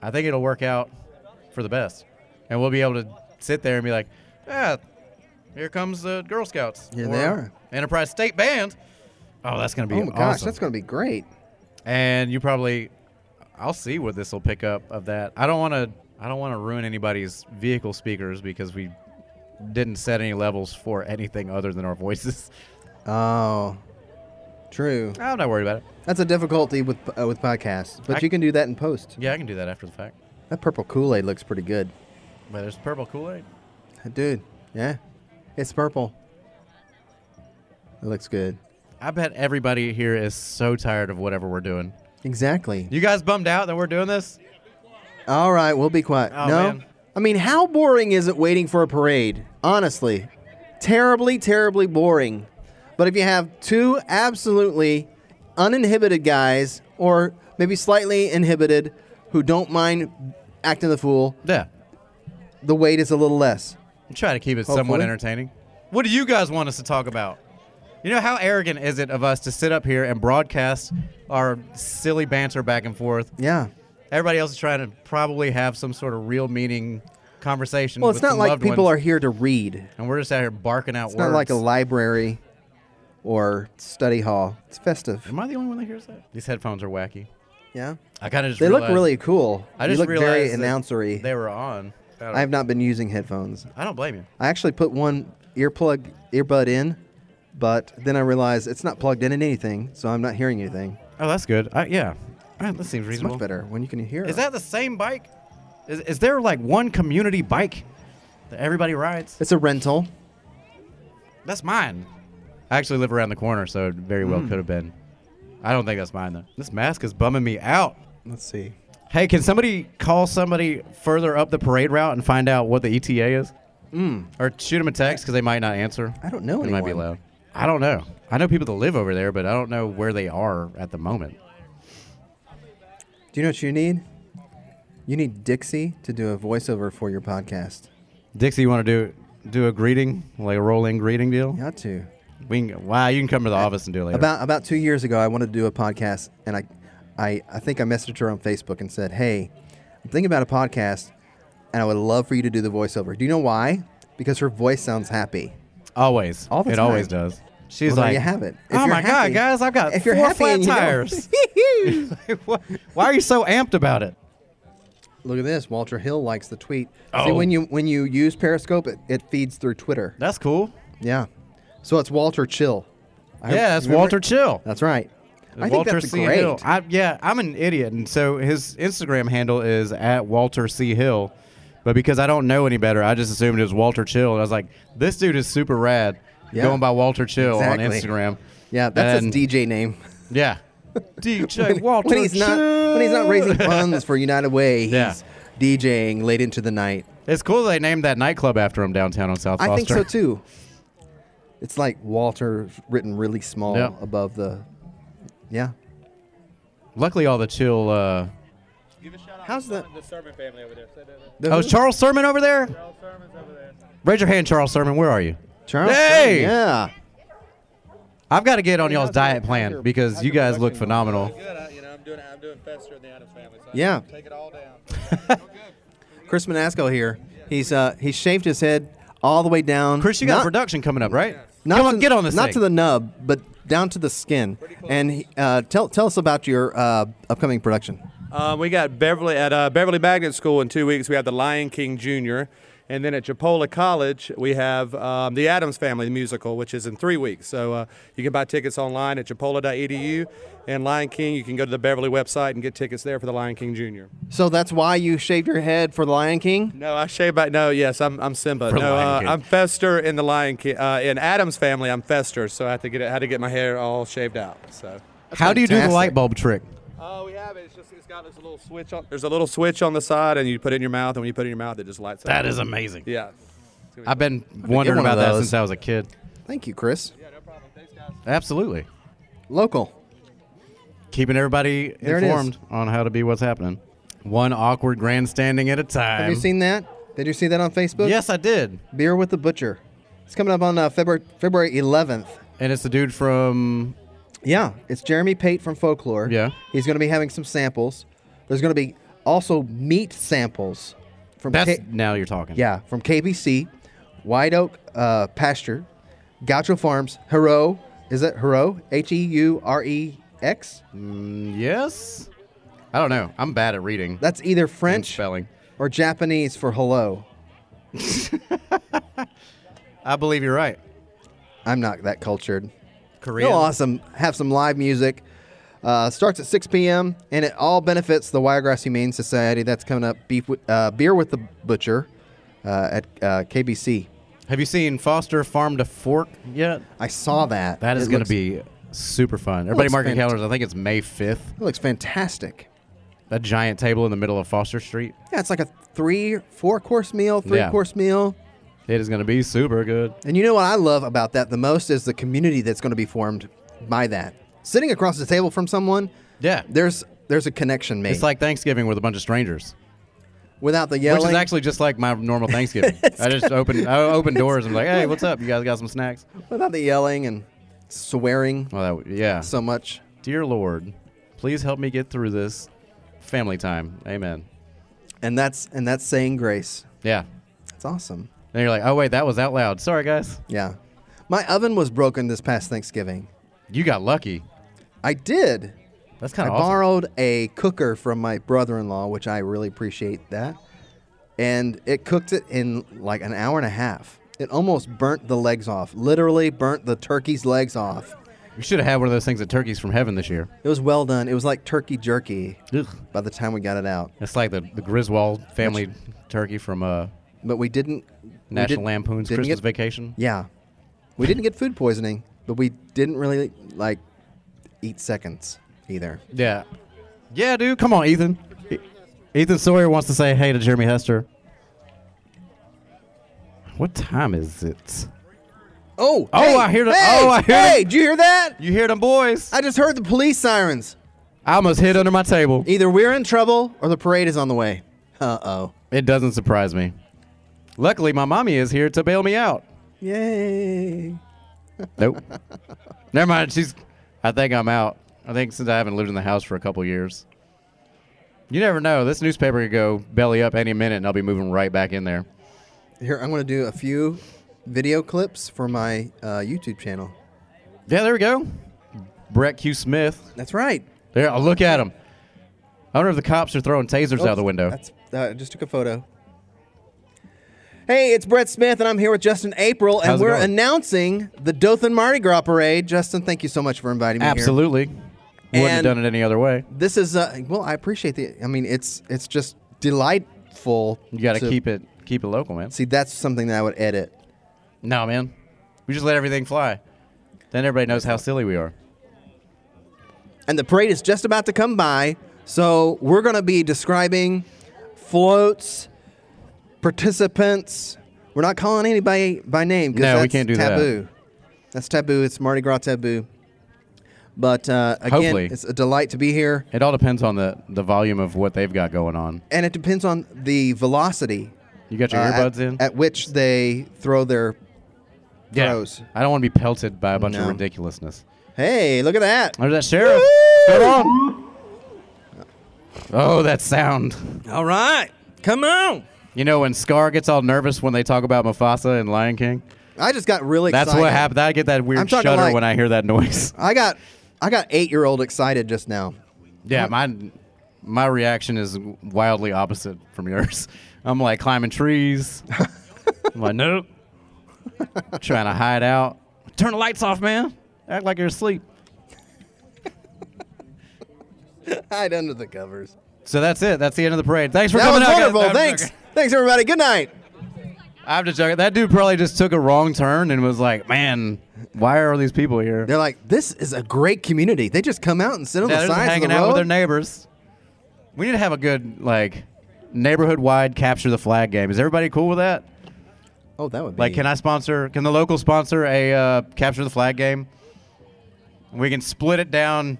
Speaker 1: I think it'll work out for the best, and we'll be able to sit there and be like, ah, here comes the Girl Scouts.
Speaker 2: Here
Speaker 1: or
Speaker 2: they are."
Speaker 1: Enterprise State Band. Oh, that's gonna be
Speaker 2: oh my gosh,
Speaker 1: awesome.
Speaker 2: that's going to be great.
Speaker 1: and you probably I'll see what this will pick up of that. I don't want to I don't want to ruin anybody's vehicle speakers because we didn't set any levels for anything other than our voices. (laughs)
Speaker 2: Oh, true.
Speaker 1: I'm not worried about it.
Speaker 2: That's a difficulty with uh, with podcasts, but
Speaker 1: I-
Speaker 2: you can do that in post.
Speaker 1: Yeah, I can do that after the fact.
Speaker 2: That purple Kool Aid looks pretty good,
Speaker 1: But there's purple Kool-Aid.
Speaker 2: dude. Yeah, it's purple. It looks good.
Speaker 1: I bet everybody here is so tired of whatever we're doing.
Speaker 2: Exactly.
Speaker 1: You guys bummed out that we're doing this?
Speaker 2: All right, we'll be quiet.
Speaker 1: Oh,
Speaker 2: no,
Speaker 1: man.
Speaker 2: I mean, how boring is it waiting for a parade? Honestly, terribly, terribly boring. But if you have two absolutely uninhibited guys, or maybe slightly inhibited, who don't mind acting the fool,
Speaker 1: Yeah.
Speaker 2: the wait is a little less.
Speaker 1: Try to keep it somewhat
Speaker 2: Hopefully.
Speaker 1: entertaining. What do you guys want us to talk about? You know, how arrogant is it of us to sit up here and broadcast our silly banter back and forth
Speaker 2: Yeah.
Speaker 1: Everybody else is trying to probably have some sort of real meaning conversation.
Speaker 2: Well, it's
Speaker 1: with
Speaker 2: not
Speaker 1: some
Speaker 2: like
Speaker 1: loved
Speaker 2: people
Speaker 1: ones,
Speaker 2: are here to read. It's
Speaker 1: and we're just out here barking out words.
Speaker 2: not like a library or study hall. It's festive.
Speaker 1: Am I the only one that hears that? These headphones are wacky.
Speaker 2: Yeah.
Speaker 1: I kind of just
Speaker 2: They look
Speaker 1: realized-
Speaker 2: really cool.
Speaker 1: I
Speaker 2: You
Speaker 1: just
Speaker 2: look very
Speaker 1: realized that
Speaker 2: announcery.
Speaker 1: They were on. I don't,
Speaker 2: I have not been using headphones.
Speaker 1: I don't blame you.
Speaker 2: I actually put one earplug earbud in, but then I realized it's not plugged in in anything, so I'm not hearing anything.
Speaker 1: Oh, that's good. I, yeah, Ah, that seems
Speaker 2: It's
Speaker 1: reasonable.
Speaker 2: much better when you can hear.
Speaker 1: Is that the same bike? Is, is there like one community bike that everybody rides?
Speaker 2: It's a rental.
Speaker 1: That's mine. I actually live around the corner, so it very well could have been. I don't think that's mine though. This mask is bumming me out.
Speaker 2: Let's see.
Speaker 1: Hey, can somebody call somebody further up the parade route and find out what the ETA is? Mm. Or shoot them a text because they might not answer.
Speaker 2: Hmm. I don't know
Speaker 1: It might be
Speaker 2: anyone.
Speaker 1: loud. I don't know. I know people that live over there, but I don't know where they are at the moment.
Speaker 2: Do you know what you need? You need Dixie to do a voiceover for your podcast.
Speaker 1: Dixie, you want to do do a greeting, like a rolling greeting deal?
Speaker 2: You ought to.
Speaker 1: We can, wow, you can come to the office and do it later.
Speaker 2: About about two years ago, I wanted to do a podcast, and I, I, I think I messaged her on Facebook and said, "Hey, I'm thinking about a podcast, and I would love for you to do the voiceover. Do you know why? Because her voice sounds happy.
Speaker 1: always.
Speaker 2: all the
Speaker 1: it always
Speaker 2: time.
Speaker 1: does. She's
Speaker 2: Well, there
Speaker 1: like,
Speaker 2: you have it. If
Speaker 1: oh
Speaker 2: you're
Speaker 1: my
Speaker 2: happy-
Speaker 1: God, guys, I've got
Speaker 2: if you're
Speaker 1: four
Speaker 2: happy
Speaker 1: flat
Speaker 2: and you don't-
Speaker 1: tires. (laughs) Why are you so amped about it?
Speaker 2: Look at this. Walter Hill likes the tweet. See
Speaker 1: Oh.
Speaker 2: when you when you use Periscope, it, it feeds through Twitter.
Speaker 1: That's cool.
Speaker 2: Yeah. So it's Walter Chill. I-
Speaker 1: yeah, that's
Speaker 2: remember-
Speaker 1: Walter Chill.
Speaker 2: That's right. I think
Speaker 1: Walter
Speaker 2: that's
Speaker 1: C.
Speaker 2: great.
Speaker 1: Hill. I, yeah, I'm an idiot, and so his Instagram handle is at Walter C. Hill. But because I don't know any better, I just assumed it was Walter Chill, and I was like, "This dude is super rad."
Speaker 2: Yeah.
Speaker 1: Going by Walter Chill on
Speaker 2: Exactly.
Speaker 1: Instagram.
Speaker 2: yeah, that's
Speaker 1: And-
Speaker 2: his DJ name. (laughs)
Speaker 1: Yeah, DJ Walter
Speaker 2: when he's
Speaker 1: Chill.
Speaker 2: not when he's not raising funds for
Speaker 1: (laughs)
Speaker 2: United Way, he's
Speaker 1: Yeah.
Speaker 2: DJing late into the night.
Speaker 1: It's cool they named that nightclub after him downtown on South
Speaker 2: I think
Speaker 1: Foster.
Speaker 2: so too. It's like Walter written really small
Speaker 1: Yeah.
Speaker 2: above the Yeah.
Speaker 1: Luckily, all the chill. Uh,
Speaker 2: How's that?
Speaker 5: The Sermon family over there. Say that. that-
Speaker 1: Oh, is Charles Sermon over there?
Speaker 5: Charles Sermon's over there.
Speaker 1: Raise your hand, Charles Sermon. Where are you?
Speaker 2: Charles?
Speaker 1: Hey!
Speaker 2: Yeah.
Speaker 1: I've got to get on y'all's
Speaker 2: how's your-
Speaker 1: diet
Speaker 2: how's
Speaker 1: plan
Speaker 2: your-
Speaker 1: because
Speaker 2: how's
Speaker 1: you
Speaker 2: your
Speaker 1: guys look
Speaker 2: production
Speaker 1: phenomenal.
Speaker 5: Good. I, you know, I'm doing. I'm doing Fester in the Adams family. So I
Speaker 2: Yeah.
Speaker 5: can Take it all down.
Speaker 2: Chris Manasco here. He's uh he shaved his head all the way down.
Speaker 1: Chris, you got
Speaker 2: Not-
Speaker 1: a production coming up, right?
Speaker 2: Not
Speaker 1: Come
Speaker 2: to,
Speaker 1: on, get on this
Speaker 2: Not
Speaker 1: thing.
Speaker 2: to the nub, but down to the skin. And uh, tell tell us about your uh, upcoming production.
Speaker 5: Um, we got Beverly at uh, Beverly Magnet School in two weeks. We have the Lion King Jr. And then at Chipola College, we have um, the Adams Family musical, which is in three weeks. So uh, you can buy tickets online at chipola.edu. And Lion King, you can go to the Beverly website and get tickets there for the Lion King Jr.
Speaker 2: So that's why you shaved your head for the Lion King.
Speaker 5: No, I shave back. No, yes, I'm, I'm Simba.
Speaker 1: For
Speaker 5: no,
Speaker 1: Lion
Speaker 5: uh,
Speaker 1: King.
Speaker 5: I'm Fester in the Lion King. Uh, in Adam's family, I'm Fester, so I had to get it, had to get my hair all shaved out. So.
Speaker 1: How do you do the
Speaker 2: fantastic.
Speaker 1: light bulb trick?
Speaker 5: Oh, we have it. It's just it's got this little switch on. There's a little switch on the side, and you put it in your mouth, and when you put it in your mouth, it just lights up.
Speaker 1: That is amazing.
Speaker 5: Yeah.
Speaker 1: I've been wondering
Speaker 2: one of
Speaker 1: about that
Speaker 2: those.
Speaker 1: since I was a kid.
Speaker 2: Thank you, Chris.
Speaker 5: Yeah, no problem. Thanks, guys.
Speaker 1: Absolutely.
Speaker 2: Local.
Speaker 1: Keeping everybody
Speaker 2: There it is.
Speaker 1: informed on how to be what's happening. One awkward grandstanding at a time.
Speaker 2: Have you seen that? Did you see that on Facebook?
Speaker 1: Yes, I did.
Speaker 2: Beer with the Butcher. It's coming up on uh, February February 11th.
Speaker 1: And it's the dude from
Speaker 2: Yeah, it's Jeremy Pate from Folklore.
Speaker 1: Yeah.
Speaker 2: He's going to be having some samples. There's going to be also meat samples from
Speaker 1: That's
Speaker 2: K-
Speaker 1: now you're talking.
Speaker 2: yeah from KBC, White Oak uh, Pasture, Gaucho Farms, Hero. Is that Hero? H e u r e x.
Speaker 1: Yes. I don't know. I'm bad at reading.
Speaker 2: That's either
Speaker 1: and
Speaker 2: French
Speaker 1: spelling.
Speaker 2: or Japanese for hello.
Speaker 1: I believe you're right.
Speaker 2: I'm not that cultured.
Speaker 1: Korean.
Speaker 2: Real awesome. Have some live music. Uh, starts at 6 p.m. and it all benefits the Wiregrass Humane Society. That's coming up. Beef with, uh, beer with the butcher uh, at uh, KBC.
Speaker 1: Have you seen Foster Farm to Fork yet?
Speaker 2: I saw that.
Speaker 1: That is
Speaker 2: It
Speaker 1: going to
Speaker 2: looks-
Speaker 1: be super fun. Everybody
Speaker 2: looks
Speaker 1: mark your
Speaker 2: fant-
Speaker 1: calendars. I think it's May 5th.
Speaker 2: It looks fantastic.
Speaker 1: That giant table in the middle of Foster Street.
Speaker 2: Yeah, it's like a three, four course meal, three
Speaker 1: Yeah.
Speaker 2: course meal.
Speaker 1: It is going to be super good.
Speaker 2: And you know what I love about that the most is the community that's going to be formed by that. Sitting across the table from someone,
Speaker 1: Yeah.
Speaker 2: there's there's a connection made.
Speaker 1: It's like Thanksgiving with a bunch of strangers,
Speaker 2: without the yelling.
Speaker 1: which is actually just like my
Speaker 2: (laughs)
Speaker 1: normal Thanksgiving. I just open I open doors and I'm like, "Hey, what's up? You guys got some snacks?"
Speaker 2: Without the yelling and swearing
Speaker 1: Well, that, would- yeah.
Speaker 2: so much.
Speaker 1: Dear Lord, please help me get through this family time. Amen.
Speaker 2: And that's and that's saying grace.
Speaker 1: Yeah.
Speaker 2: That's awesome.
Speaker 1: Then you're like, "Oh wait, that was out loud. Sorry, guys.
Speaker 2: Yeah. My oven was broken this past Thanksgiving.
Speaker 1: You got lucky.
Speaker 2: I did.
Speaker 1: That's
Speaker 2: I
Speaker 1: kind of awesome."
Speaker 2: borrowed a cooker from my brother-in-law, which I really appreciate that. And it cooked it in like an hour and a half. It almost burnt the legs off. Literally burnt the turkey's legs off.
Speaker 1: We should have had one of those things at Turkeys from Heaven this year.
Speaker 2: It was well done. It was like turkey jerky
Speaker 1: Ugh.
Speaker 2: by the time we got it out.
Speaker 1: It's like the, the Griswold family turkey from uh,
Speaker 2: But we didn't we
Speaker 1: National
Speaker 2: didn't-
Speaker 1: Lampoon's
Speaker 2: didn't
Speaker 1: Christmas
Speaker 2: get-
Speaker 1: Vacation.
Speaker 2: Yeah. We didn't get food poisoning, but we didn't really like eat seconds either.
Speaker 1: Yeah. Yeah, dude. Come on, Ethan. E- Ethan Sawyer wants to say hey to Jeremy Hester. What time is it?
Speaker 2: Oh,
Speaker 1: Oh,
Speaker 2: hey,
Speaker 1: I hear the-
Speaker 2: hey,
Speaker 1: oh, I hear
Speaker 2: Hey,
Speaker 1: the-
Speaker 2: did you hear that?
Speaker 1: You hear them boys? I,
Speaker 2: I just heard the police sirens.
Speaker 1: almost hid under my table.
Speaker 2: Either we're in trouble or the parade is on the way. Uh-oh.
Speaker 1: It doesn't surprise me. Luckily, my mommy is here to bail me out.
Speaker 2: Yay.
Speaker 1: Nope. (laughs) Never mind. She's. I think I'm out. I think since I haven't lived in the house for a couple years. You never know. This newspaper could go belly up any minute, and I'll be moving right back in there.
Speaker 2: Here, I'm going to do a few video clips for my uh, YouTube channel.
Speaker 1: Yeah, there we go. Brett Q. Smith.
Speaker 2: That's right.
Speaker 1: There. Oh, look at him. I wonder if the cops are throwing tasers out
Speaker 2: Oops,
Speaker 1: the window.
Speaker 2: That's, uh, I just took a photo. Hey, it's Brett Smith, and I'm here with Justin April, and
Speaker 1: How's it
Speaker 2: we're
Speaker 1: going?
Speaker 2: announcing the Dothan Mardi Gras Parade. Justin, thank you so much for inviting me. here.
Speaker 1: Absolutely. Wouldn't have
Speaker 2: And-
Speaker 1: done it any other way.
Speaker 2: This is uh, well, I appreciate the. I mean, it's it's just delightful.
Speaker 1: You got to keep it keep it local, man.
Speaker 2: See, that's something that I would edit.
Speaker 1: No, man. We just let everything fly. Then everybody knows how silly we are.
Speaker 2: And the parade is just about to come by, so we're going to be describing floats, participants. We're not calling anybody by name because
Speaker 1: No, we
Speaker 2: that's
Speaker 1: can't do that.
Speaker 2: taboo. That's taboo. It's Mardi Gras taboo. But uh, again,
Speaker 1: Hopefully.
Speaker 2: it's a delight to be here.
Speaker 1: It all depends on the, the volume of what they've got going on.
Speaker 2: And it depends on the velocity
Speaker 1: You got your
Speaker 2: uh,
Speaker 1: earbuds
Speaker 2: at,
Speaker 1: in?
Speaker 2: at which they throw their. throws.
Speaker 1: I don't want to be pelted by a bunch
Speaker 2: No.
Speaker 1: of ridiculousness.
Speaker 2: Hey, look at that!
Speaker 1: There's that sheriff. Come on. Oh, that sound.
Speaker 2: All right, come on!
Speaker 1: You know when Scar gets all nervous when they talk about Mufasa and Lion King?
Speaker 2: I just got really
Speaker 1: That's
Speaker 2: excited.
Speaker 1: what happened. I get that
Speaker 2: I'm
Speaker 1: weird
Speaker 2: talking
Speaker 1: shudder
Speaker 2: like-
Speaker 1: when I hear that
Speaker 2: (laughs)
Speaker 1: noise.
Speaker 2: I got, I got eight-year-old excited just now.
Speaker 1: Yeah, my my reaction is wildly opposite from yours. I'm like climbing trees. I'm like, nope. Trying to hide out. Turn the lights off, man. Act like you're asleep.
Speaker 2: Hide under the covers.
Speaker 1: So that's it. That's the end of the parade. Thanks for
Speaker 2: That
Speaker 1: coming
Speaker 2: was
Speaker 1: out, guys.
Speaker 2: wonderful.
Speaker 1: No, I'm
Speaker 2: Thanks,
Speaker 1: joking.
Speaker 2: thanks everybody. Good night.
Speaker 1: I'm just joking. That dude probably just took a wrong turn and was like, man, why are all these people here?
Speaker 2: They're like, this is a great community. They just come out and sit on
Speaker 1: Yeah,
Speaker 2: the
Speaker 1: they're just
Speaker 2: sides
Speaker 1: hanging
Speaker 2: of the
Speaker 1: out
Speaker 2: road.
Speaker 1: with their neighbors. We need to have a good like neighborhood-wide capture the flag game. Is everybody cool with that?
Speaker 2: oh, that would be
Speaker 1: Like, can I sponsor? Can the local sponsor a uh, capture the flag game? We can split it down,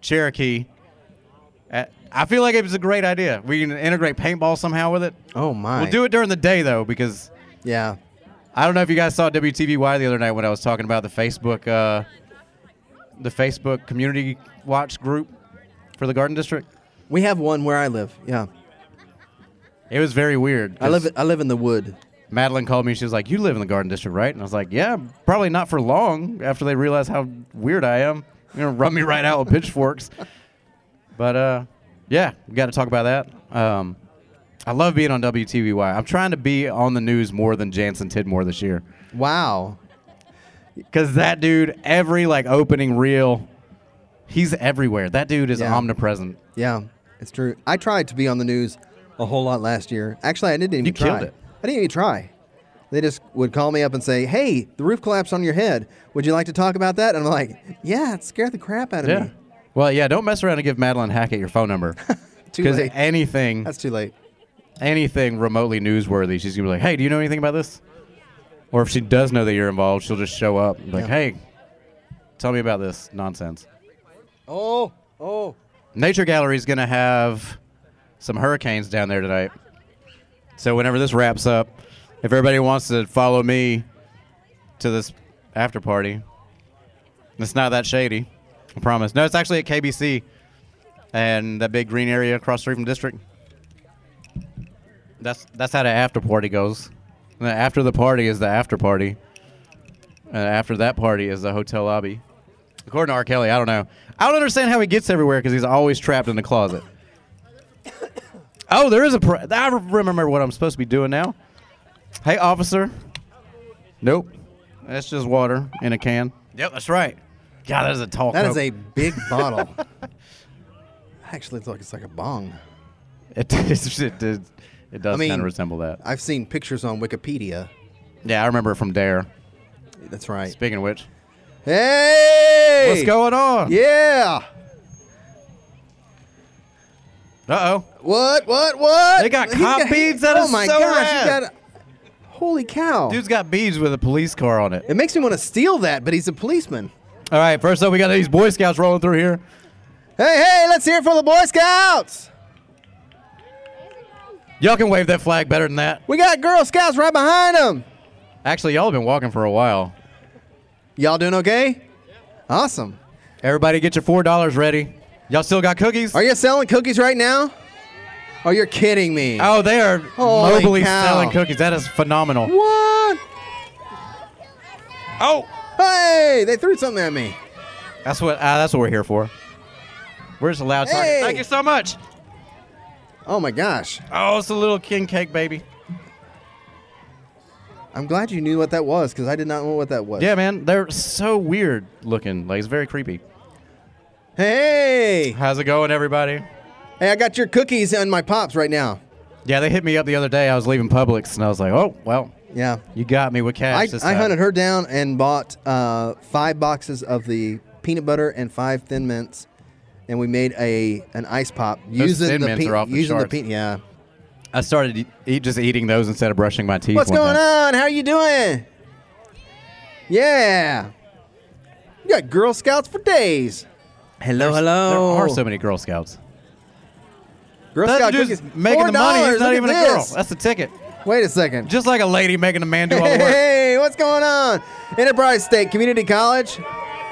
Speaker 1: Cherokee. Uh, I feel like it was a great idea. We can integrate paintball somehow with it.
Speaker 2: Oh my.
Speaker 1: We'll do it during the day though, because
Speaker 2: Yeah.
Speaker 1: I don't know if you guys saw WTVY the other night when I was talking about the Facebook, uh, the Facebook community watch group for the Garden District.
Speaker 2: We have one where I live. Yeah.
Speaker 1: It was very weird.
Speaker 2: I live I live in the wood.
Speaker 1: Madeline called me. She was like, "You live in the Garden District, right?" And I was like, "Yeah, probably not for long." After they realize how weird I am, they're gonna run me right out with pitchforks. (laughs) But uh, yeah, we got to talk about that. Um, I love being on WTVY. I'm trying to be on the news more than Jansen Tidmore this year
Speaker 2: Wow.
Speaker 1: because that dude, every like opening reel, he's everywhere. That dude is
Speaker 2: Yeah.
Speaker 1: omnipresent.
Speaker 2: Yeah. It's true. I tried to be on the news a whole lot last year. Actually, I didn't even
Speaker 1: You
Speaker 2: try.
Speaker 1: killed it.
Speaker 2: I didn't even try. They just would call me up and say, "Hey, the roof collapsed on your head. Would you like to talk about that?" And I'm like, "Yeah, it scared the crap out of
Speaker 1: Yeah.
Speaker 2: me."
Speaker 1: Well, yeah. Don't mess around and give Madeline Hackett your phone
Speaker 2: (laughs)
Speaker 1: number
Speaker 2: Too
Speaker 1: because
Speaker 2: late.
Speaker 1: anything
Speaker 2: That's too late.
Speaker 1: anything remotely newsworthy, she's gonna be like, "Hey, do you know anything about this?" Or if she does know that you're involved, she'll just show up and be like,
Speaker 2: Yeah.
Speaker 1: "Hey, tell me about this nonsense."
Speaker 2: Oh, oh.
Speaker 1: Nature Gallery's gonna have some hurricanes down there tonight, so whenever this wraps up, if everybody wants to follow me to this after party, it's not that shady, I promise. No, it's actually at KBC, and that big green area across the street from District. That's that's how the after party goes. And then after the party is the after party. And after that party is the hotel lobby. According to R. Kelly, I don't know. I don't understand how he gets everywhere because he's always trapped in the closet. (coughs) oh, there is a. Pr- I remember what I'm supposed to be doing now. Hey, officer. Nope. That's just water in a can. Yep, that's right. God, that is a tall.
Speaker 2: That is
Speaker 1: Coke.
Speaker 2: a
Speaker 1: (laughs)
Speaker 2: big bottle. Actually, it's like it's like a bong.
Speaker 1: It, (laughs) it, it, does- it does
Speaker 2: I mean-
Speaker 1: kind of resemble that.
Speaker 2: I've seen pictures on Wikipedia.
Speaker 1: Yeah, I remember it from Dare.
Speaker 2: That's right.
Speaker 1: Speaking of which,
Speaker 2: Hey,
Speaker 1: what's going on?
Speaker 2: Yeah.
Speaker 1: Uh oh.
Speaker 2: What? What? What?
Speaker 1: They got
Speaker 2: He's
Speaker 1: cop beads? That
Speaker 2: oh
Speaker 1: is
Speaker 2: my
Speaker 1: so
Speaker 2: gosh! he
Speaker 1: rad.
Speaker 2: got- holy cow!
Speaker 1: Dude's got beads with a police car on it.
Speaker 2: it makes me want to steal that, but he's a policeman.
Speaker 1: All right, first up, we got these Boy Scouts rolling through here.
Speaker 2: Hey, hey! Let's hear it for the Boy Scouts.
Speaker 1: Y'all can wave that flag better than that.
Speaker 2: We got Girl Scouts right behind him.
Speaker 1: Actually, y'all have been walking for a while.
Speaker 2: Y'all doing okay? Awesome.
Speaker 1: Everybody, get your four dollars ready. Y'all still got cookies?
Speaker 2: Are you selling cookies right now? Oh, you're kidding me.
Speaker 1: oh, they are
Speaker 2: Holy
Speaker 1: mobily
Speaker 2: cow.
Speaker 1: selling cookies. That is phenomenal.
Speaker 2: What?
Speaker 1: Oh,
Speaker 2: Hey! They threw something at me.
Speaker 1: that's what uh, that's what we're here for. We're just allowed. targets.
Speaker 2: Hey.
Speaker 1: Thank you so much.
Speaker 2: Oh my gosh!
Speaker 1: Oh, it's a little king cake, baby.
Speaker 2: I'm glad you knew what that was because I did not know what that was.
Speaker 1: Yeah, man, they're so weird looking. Like it's very creepy.
Speaker 2: Hey!
Speaker 1: How's it going, everybody?
Speaker 2: Hey, I got your cookies and my pops right now.
Speaker 1: Yeah, they hit me up the other day. I was leaving Publix, and I was like, "Oh, well,
Speaker 2: Yeah.
Speaker 1: you got me with cash."
Speaker 2: I,
Speaker 1: this
Speaker 2: I
Speaker 1: time.
Speaker 2: hunted her down and bought uh, five boxes of the peanut butter and five thin mints, and we made a an ice pop using
Speaker 1: Thin
Speaker 2: the
Speaker 1: Mints
Speaker 2: pe-
Speaker 1: are off the
Speaker 2: using
Speaker 1: charts.
Speaker 2: the pe- Yeah.
Speaker 1: I started e- eat, just eating those instead of brushing my teeth.
Speaker 2: What's
Speaker 1: one
Speaker 2: going
Speaker 1: time.
Speaker 2: on? How are you doing? Yeah. You got Girl Scouts for days. Hello, hello.
Speaker 1: There are so many Girl Scouts.
Speaker 2: Girl
Speaker 1: That
Speaker 2: Scout
Speaker 1: dude's
Speaker 2: cookies.
Speaker 1: making the money.
Speaker 2: $4,
Speaker 1: He's not
Speaker 2: look
Speaker 1: even a
Speaker 2: at
Speaker 1: girl.
Speaker 2: this.
Speaker 1: That's the ticket.
Speaker 2: (laughs) Wait a second.
Speaker 1: Just like a lady making a man do all the
Speaker 2: (laughs)
Speaker 1: work.
Speaker 2: Hey, what's going on? Enterprise State Community College,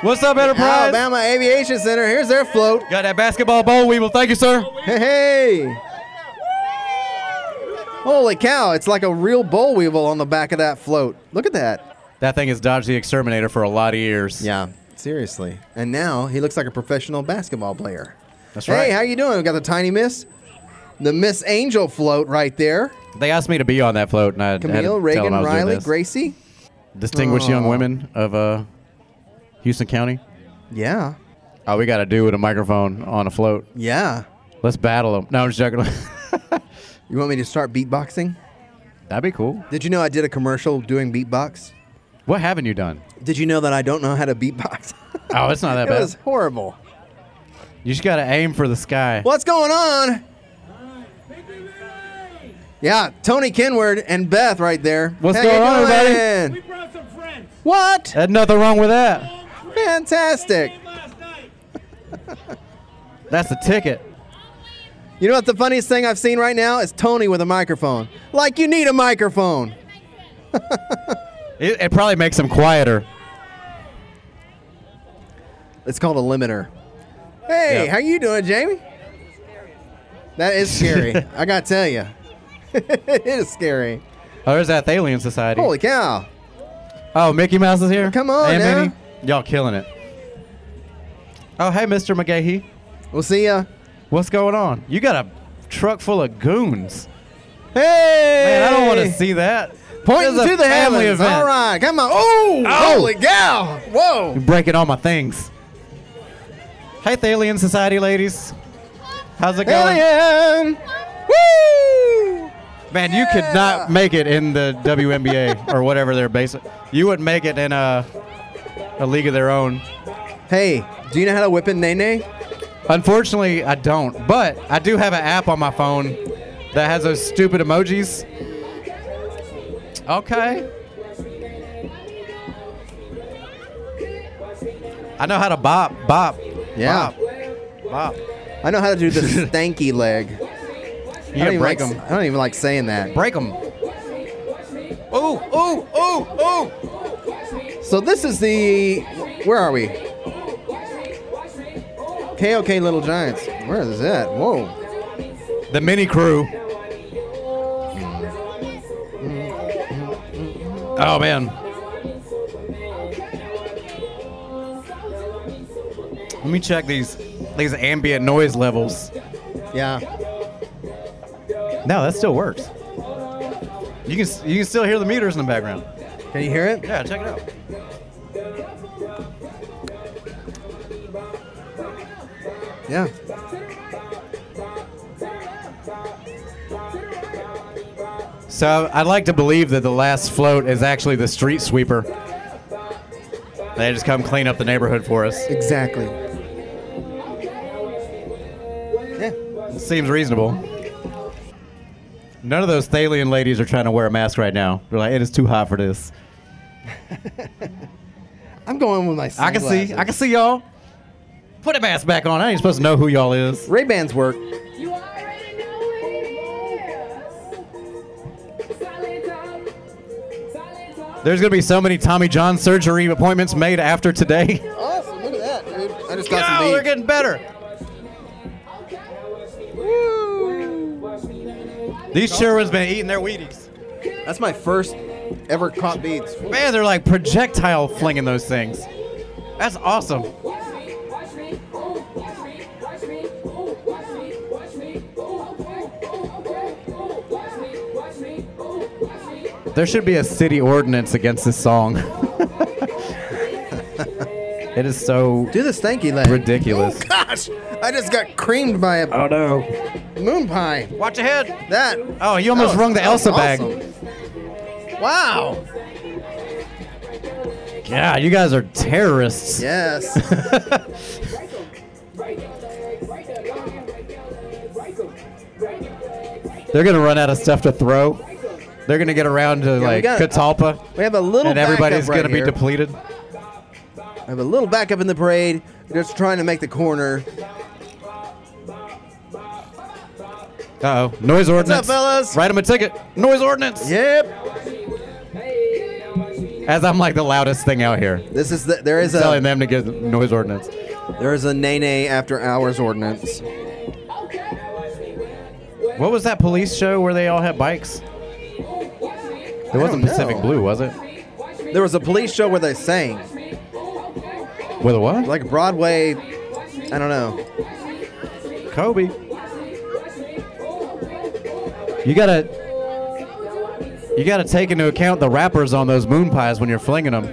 Speaker 1: What's up, Enterprise?
Speaker 2: Alabama Aviation Center. Here's their float.
Speaker 1: Got that basketball bowl weevil. Thank you, sir.
Speaker 2: Hey, hey. Holy cow, it's like a real boll weevil on the back of that float. Look at that.
Speaker 1: That thing has dodged the exterminator for a lot of years.
Speaker 2: Yeah, seriously. And now he looks like a professional basketball player.
Speaker 1: That's
Speaker 2: Hey,
Speaker 1: right.
Speaker 2: how you doing? We got the tiny miss, the Miss Angel float right there.
Speaker 1: They asked me to be on that float, and I had to
Speaker 2: Camille,
Speaker 1: tell
Speaker 2: Reagan,
Speaker 1: them I was doing
Speaker 2: Riley,
Speaker 1: this.
Speaker 2: Gracie.
Speaker 1: distinguished young
Speaker 2: Aw.
Speaker 1: women of uh, Houston County.
Speaker 2: Yeah,
Speaker 1: Oh, we got to do with a microphone on a float.
Speaker 2: yeah.
Speaker 1: Let's battle them. No, I'm just joking. (laughs)
Speaker 2: You want me to start beatboxing?
Speaker 1: That'd be cool.
Speaker 2: Did you know I did a commercial doing beatbox?
Speaker 1: What haven't you done?
Speaker 2: Did you know that I don't know how to beatbox? (laughs)
Speaker 1: Oh, it's not that
Speaker 2: it
Speaker 1: bad.
Speaker 2: was horrible.
Speaker 1: You just got to aim for the sky.
Speaker 2: What's going on? Yeah, Tony Kenward and Beth right there.
Speaker 1: What's
Speaker 2: How
Speaker 1: going
Speaker 2: you
Speaker 1: on, everybody?
Speaker 2: doing?
Speaker 6: brought some friends.
Speaker 2: What?
Speaker 1: There's nothing wrong with that.
Speaker 2: Fantastic.
Speaker 6: Last night.
Speaker 1: That's a ticket.
Speaker 2: You know what the funniest thing I've seen right now is Tony with a microphone. Like you need a microphone.
Speaker 1: It, it probably makes them quieter.
Speaker 2: It's called a limiter. Hey,
Speaker 1: Yeah.
Speaker 2: how you doing, Jamie? That
Speaker 1: (laughs)
Speaker 2: is scary. I gotta tell you, (laughs) it is scary.
Speaker 1: Oh, there's that Thalian Society.
Speaker 2: Holy cow!
Speaker 1: Oh, Mickey Mouse is here.
Speaker 2: Come on
Speaker 1: hey,
Speaker 2: now.
Speaker 1: Minnie. Y'all killing it. Oh, hey, Mr. McGahee.
Speaker 2: We'll see ya.
Speaker 1: What's going on? You got a truck full of goons.
Speaker 2: Hey!
Speaker 1: Man, I don't want to see that.
Speaker 2: Pointing
Speaker 1: This is a
Speaker 2: to the
Speaker 1: family
Speaker 2: heavens.
Speaker 1: event.
Speaker 2: All right, come on. Oh, holy cow! Whoa!
Speaker 1: You're breaking all my things. Hey, Thalian Society ladies. How's it going?
Speaker 2: Alien! Woo!
Speaker 1: Man, you could not make it in the WNBA or whatever their base. You would make it in a, a league of their own.
Speaker 2: Hey, do you know how to whip a nene?
Speaker 1: Unfortunately, I don't. But I do have an app on my phone that has those stupid emojis. Okay. I know how to bop, bop,
Speaker 2: Yeah.
Speaker 1: bop.
Speaker 2: I know how to do (laughs) the stanky leg.
Speaker 1: You
Speaker 2: I
Speaker 1: gotta
Speaker 2: don't, even
Speaker 1: break
Speaker 2: like,
Speaker 1: them.
Speaker 2: I don't even like saying that.
Speaker 1: Break them. Ooh, ooh, ooh, ooh.
Speaker 2: So this is the where are we? KOK Little Giants. Where is that? Whoa.
Speaker 1: The mini crew. Oh man. Let me check these these ambient noise levels.
Speaker 2: Yeah.
Speaker 1: No, that still works. You can s- you can still hear the meters in the background.
Speaker 2: Can you hear it?
Speaker 1: Yeah, check it out.
Speaker 2: Yeah.
Speaker 1: So I'd like to believe that the last float is actually the street sweeper. They just come clean up the neighborhood for us.
Speaker 2: Exactly. Yeah.
Speaker 1: Seems reasonable. None of those Thalian ladies are trying to wear a mask right now. They're like, it is too hot for this.
Speaker 2: I'm going with my
Speaker 1: I can see, I can see y'all. Put a mask back on. I ain't supposed to know who y'all is.
Speaker 2: Ray Bans work.
Speaker 4: You already know it is. Solid up. Solid up.
Speaker 1: There's gonna be so many Tommy John surgery appointments made after today.
Speaker 2: Awesome. Look at that, dude. I just got
Speaker 1: Oh, (laughs)
Speaker 2: some
Speaker 1: they're
Speaker 2: meat.
Speaker 1: getting better. These Sherwin's been eating their Wheaties.
Speaker 2: That's my first ever caught beads.
Speaker 1: Man, they're like projectile flinging those things. That's awesome. There should be a city ordinance against this song. (laughs) it is so
Speaker 2: Do the stanky leg.
Speaker 1: ridiculous.
Speaker 2: Oh, Gosh, I just got creamed by a
Speaker 1: Oh no.
Speaker 2: moon pie.
Speaker 1: Watch your head.
Speaker 2: That
Speaker 1: Oh, you almost
Speaker 2: that
Speaker 1: rung the
Speaker 2: that was
Speaker 1: Elsa bag.
Speaker 2: awesome. Wow.
Speaker 1: Yeah, you guys are terrorists.
Speaker 2: (laughs) Yes.
Speaker 1: They're gonna run out of stuff to throw. They're gonna get around to
Speaker 2: we
Speaker 1: like
Speaker 2: got-
Speaker 1: Catalpa,
Speaker 2: we have a little
Speaker 1: and everybody's
Speaker 2: backup right
Speaker 1: gonna
Speaker 2: here.
Speaker 1: be depleted.
Speaker 2: I have a little backup in the parade. Just trying to make the corner.
Speaker 1: Uh oh. Noise ordinance.
Speaker 7: fellas?
Speaker 1: Write him a ticket. Noise ordinance.
Speaker 2: Yep.
Speaker 1: As I'm like the loudest thing out here.
Speaker 2: This is the, there is
Speaker 1: Telling
Speaker 2: a
Speaker 1: them to get the noise ordinance.
Speaker 2: there is a nay after hours ordinance.
Speaker 1: What was that police show where they all had bikes? It wasn't
Speaker 2: know.
Speaker 1: Pacific Blue, was it?
Speaker 2: There was a police show where they sang
Speaker 1: With a what?
Speaker 2: like Broadway. I don't know.
Speaker 1: Kobe. You gotta. You gotta take into account the wrappers on those moon pies when you're flinging them.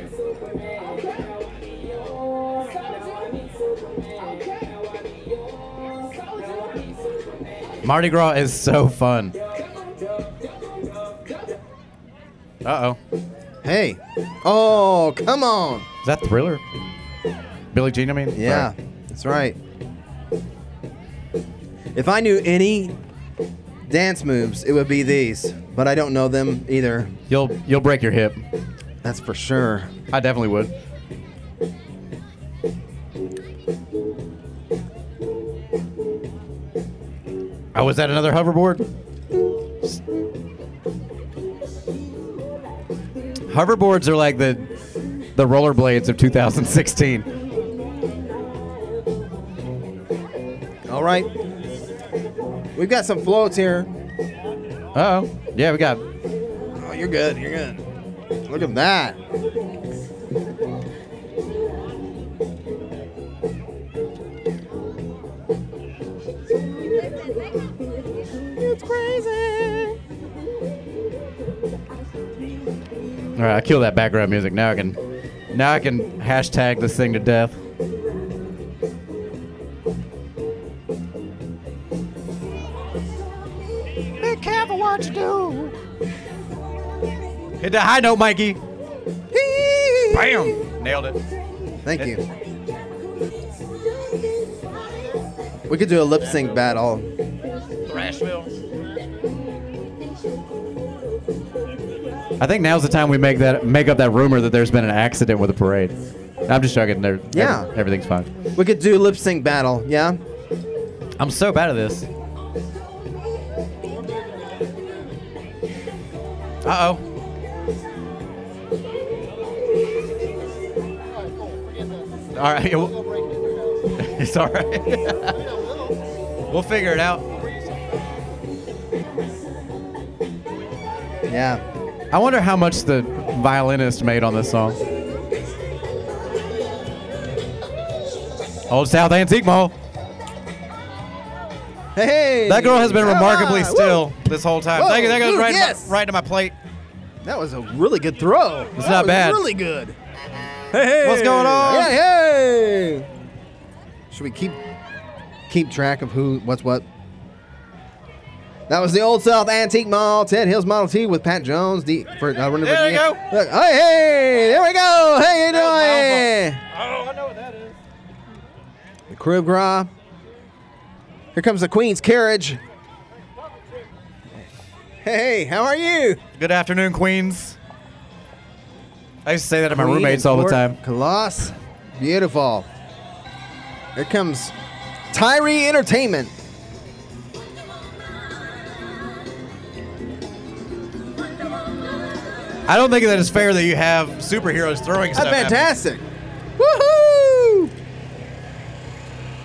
Speaker 1: Mardi Gras is so fun. Uh oh.
Speaker 2: Hey. Oh, come on.
Speaker 1: Is that Thriller? Billie Jean, I mean?
Speaker 2: Yeah,
Speaker 1: Sorry.
Speaker 2: that's right. If I knew any dance moves, it would be these, but I don't know them either.
Speaker 1: You'll you'll break your hip.
Speaker 2: That's for sure.
Speaker 1: I definitely would. Oh, was that another hoverboard? Hoverboards are like the the rollerblades of 2016.
Speaker 2: All right. We've got some floats here.
Speaker 1: Oh, yeah, we got
Speaker 2: Oh, you're good. You're good. Look at that.
Speaker 1: All right, I kill that background music. Now I can, now I can hashtag this thing to death. Be careful what you do. Hit that high note, Mikey. Bam! Nailed it.
Speaker 2: Thank you. We could do a lip sync battle.
Speaker 1: I think now's the time we make that make up that rumor that there's been an accident with the parade. I'm just joking. There,
Speaker 2: Yeah.
Speaker 1: everything's fine.
Speaker 2: We could do lip sync battle. Yeah.
Speaker 1: I'm so bad at this. Uh oh. All right. (laughs) it will- (laughs) It's all right. we'll figure it out.
Speaker 2: Yeah.
Speaker 1: I wonder how much the violinist made on this song. Old South Antique Mall.
Speaker 2: Hey.
Speaker 1: That girl has been
Speaker 2: come
Speaker 1: remarkably
Speaker 2: on, woo.
Speaker 1: still this whole time.
Speaker 2: Whoa,
Speaker 1: That- that goes
Speaker 2: dude,
Speaker 1: right,
Speaker 2: yes.
Speaker 1: in my, right into my plate.
Speaker 2: That was a really good throw. It's
Speaker 1: not bad.
Speaker 2: Really good.
Speaker 1: What's going on?
Speaker 2: Yeah, hey! Should we keep keep track of who what's what? That was the Old South Antique Mall, Ted Hills Model T with Pat Jones. D for uh, Running
Speaker 1: There you
Speaker 2: Virginia. Look, hey, hey, there we go. How you doing?
Speaker 1: Oh, I know what that is.
Speaker 2: The crib gras. Here comes the Queen's carriage. Hey, how are you?
Speaker 1: Good afternoon, Queens. I used to say that to my
Speaker 2: Queen
Speaker 1: roommates
Speaker 2: and
Speaker 1: all the
Speaker 2: Court
Speaker 1: time.
Speaker 2: Coloss, beautiful. Here comes Tyree Entertainment.
Speaker 1: I don't think that it's fair that you have superheroes throwing
Speaker 2: That's
Speaker 1: stuff. at me.
Speaker 2: Uh, fantastic. Woohoo!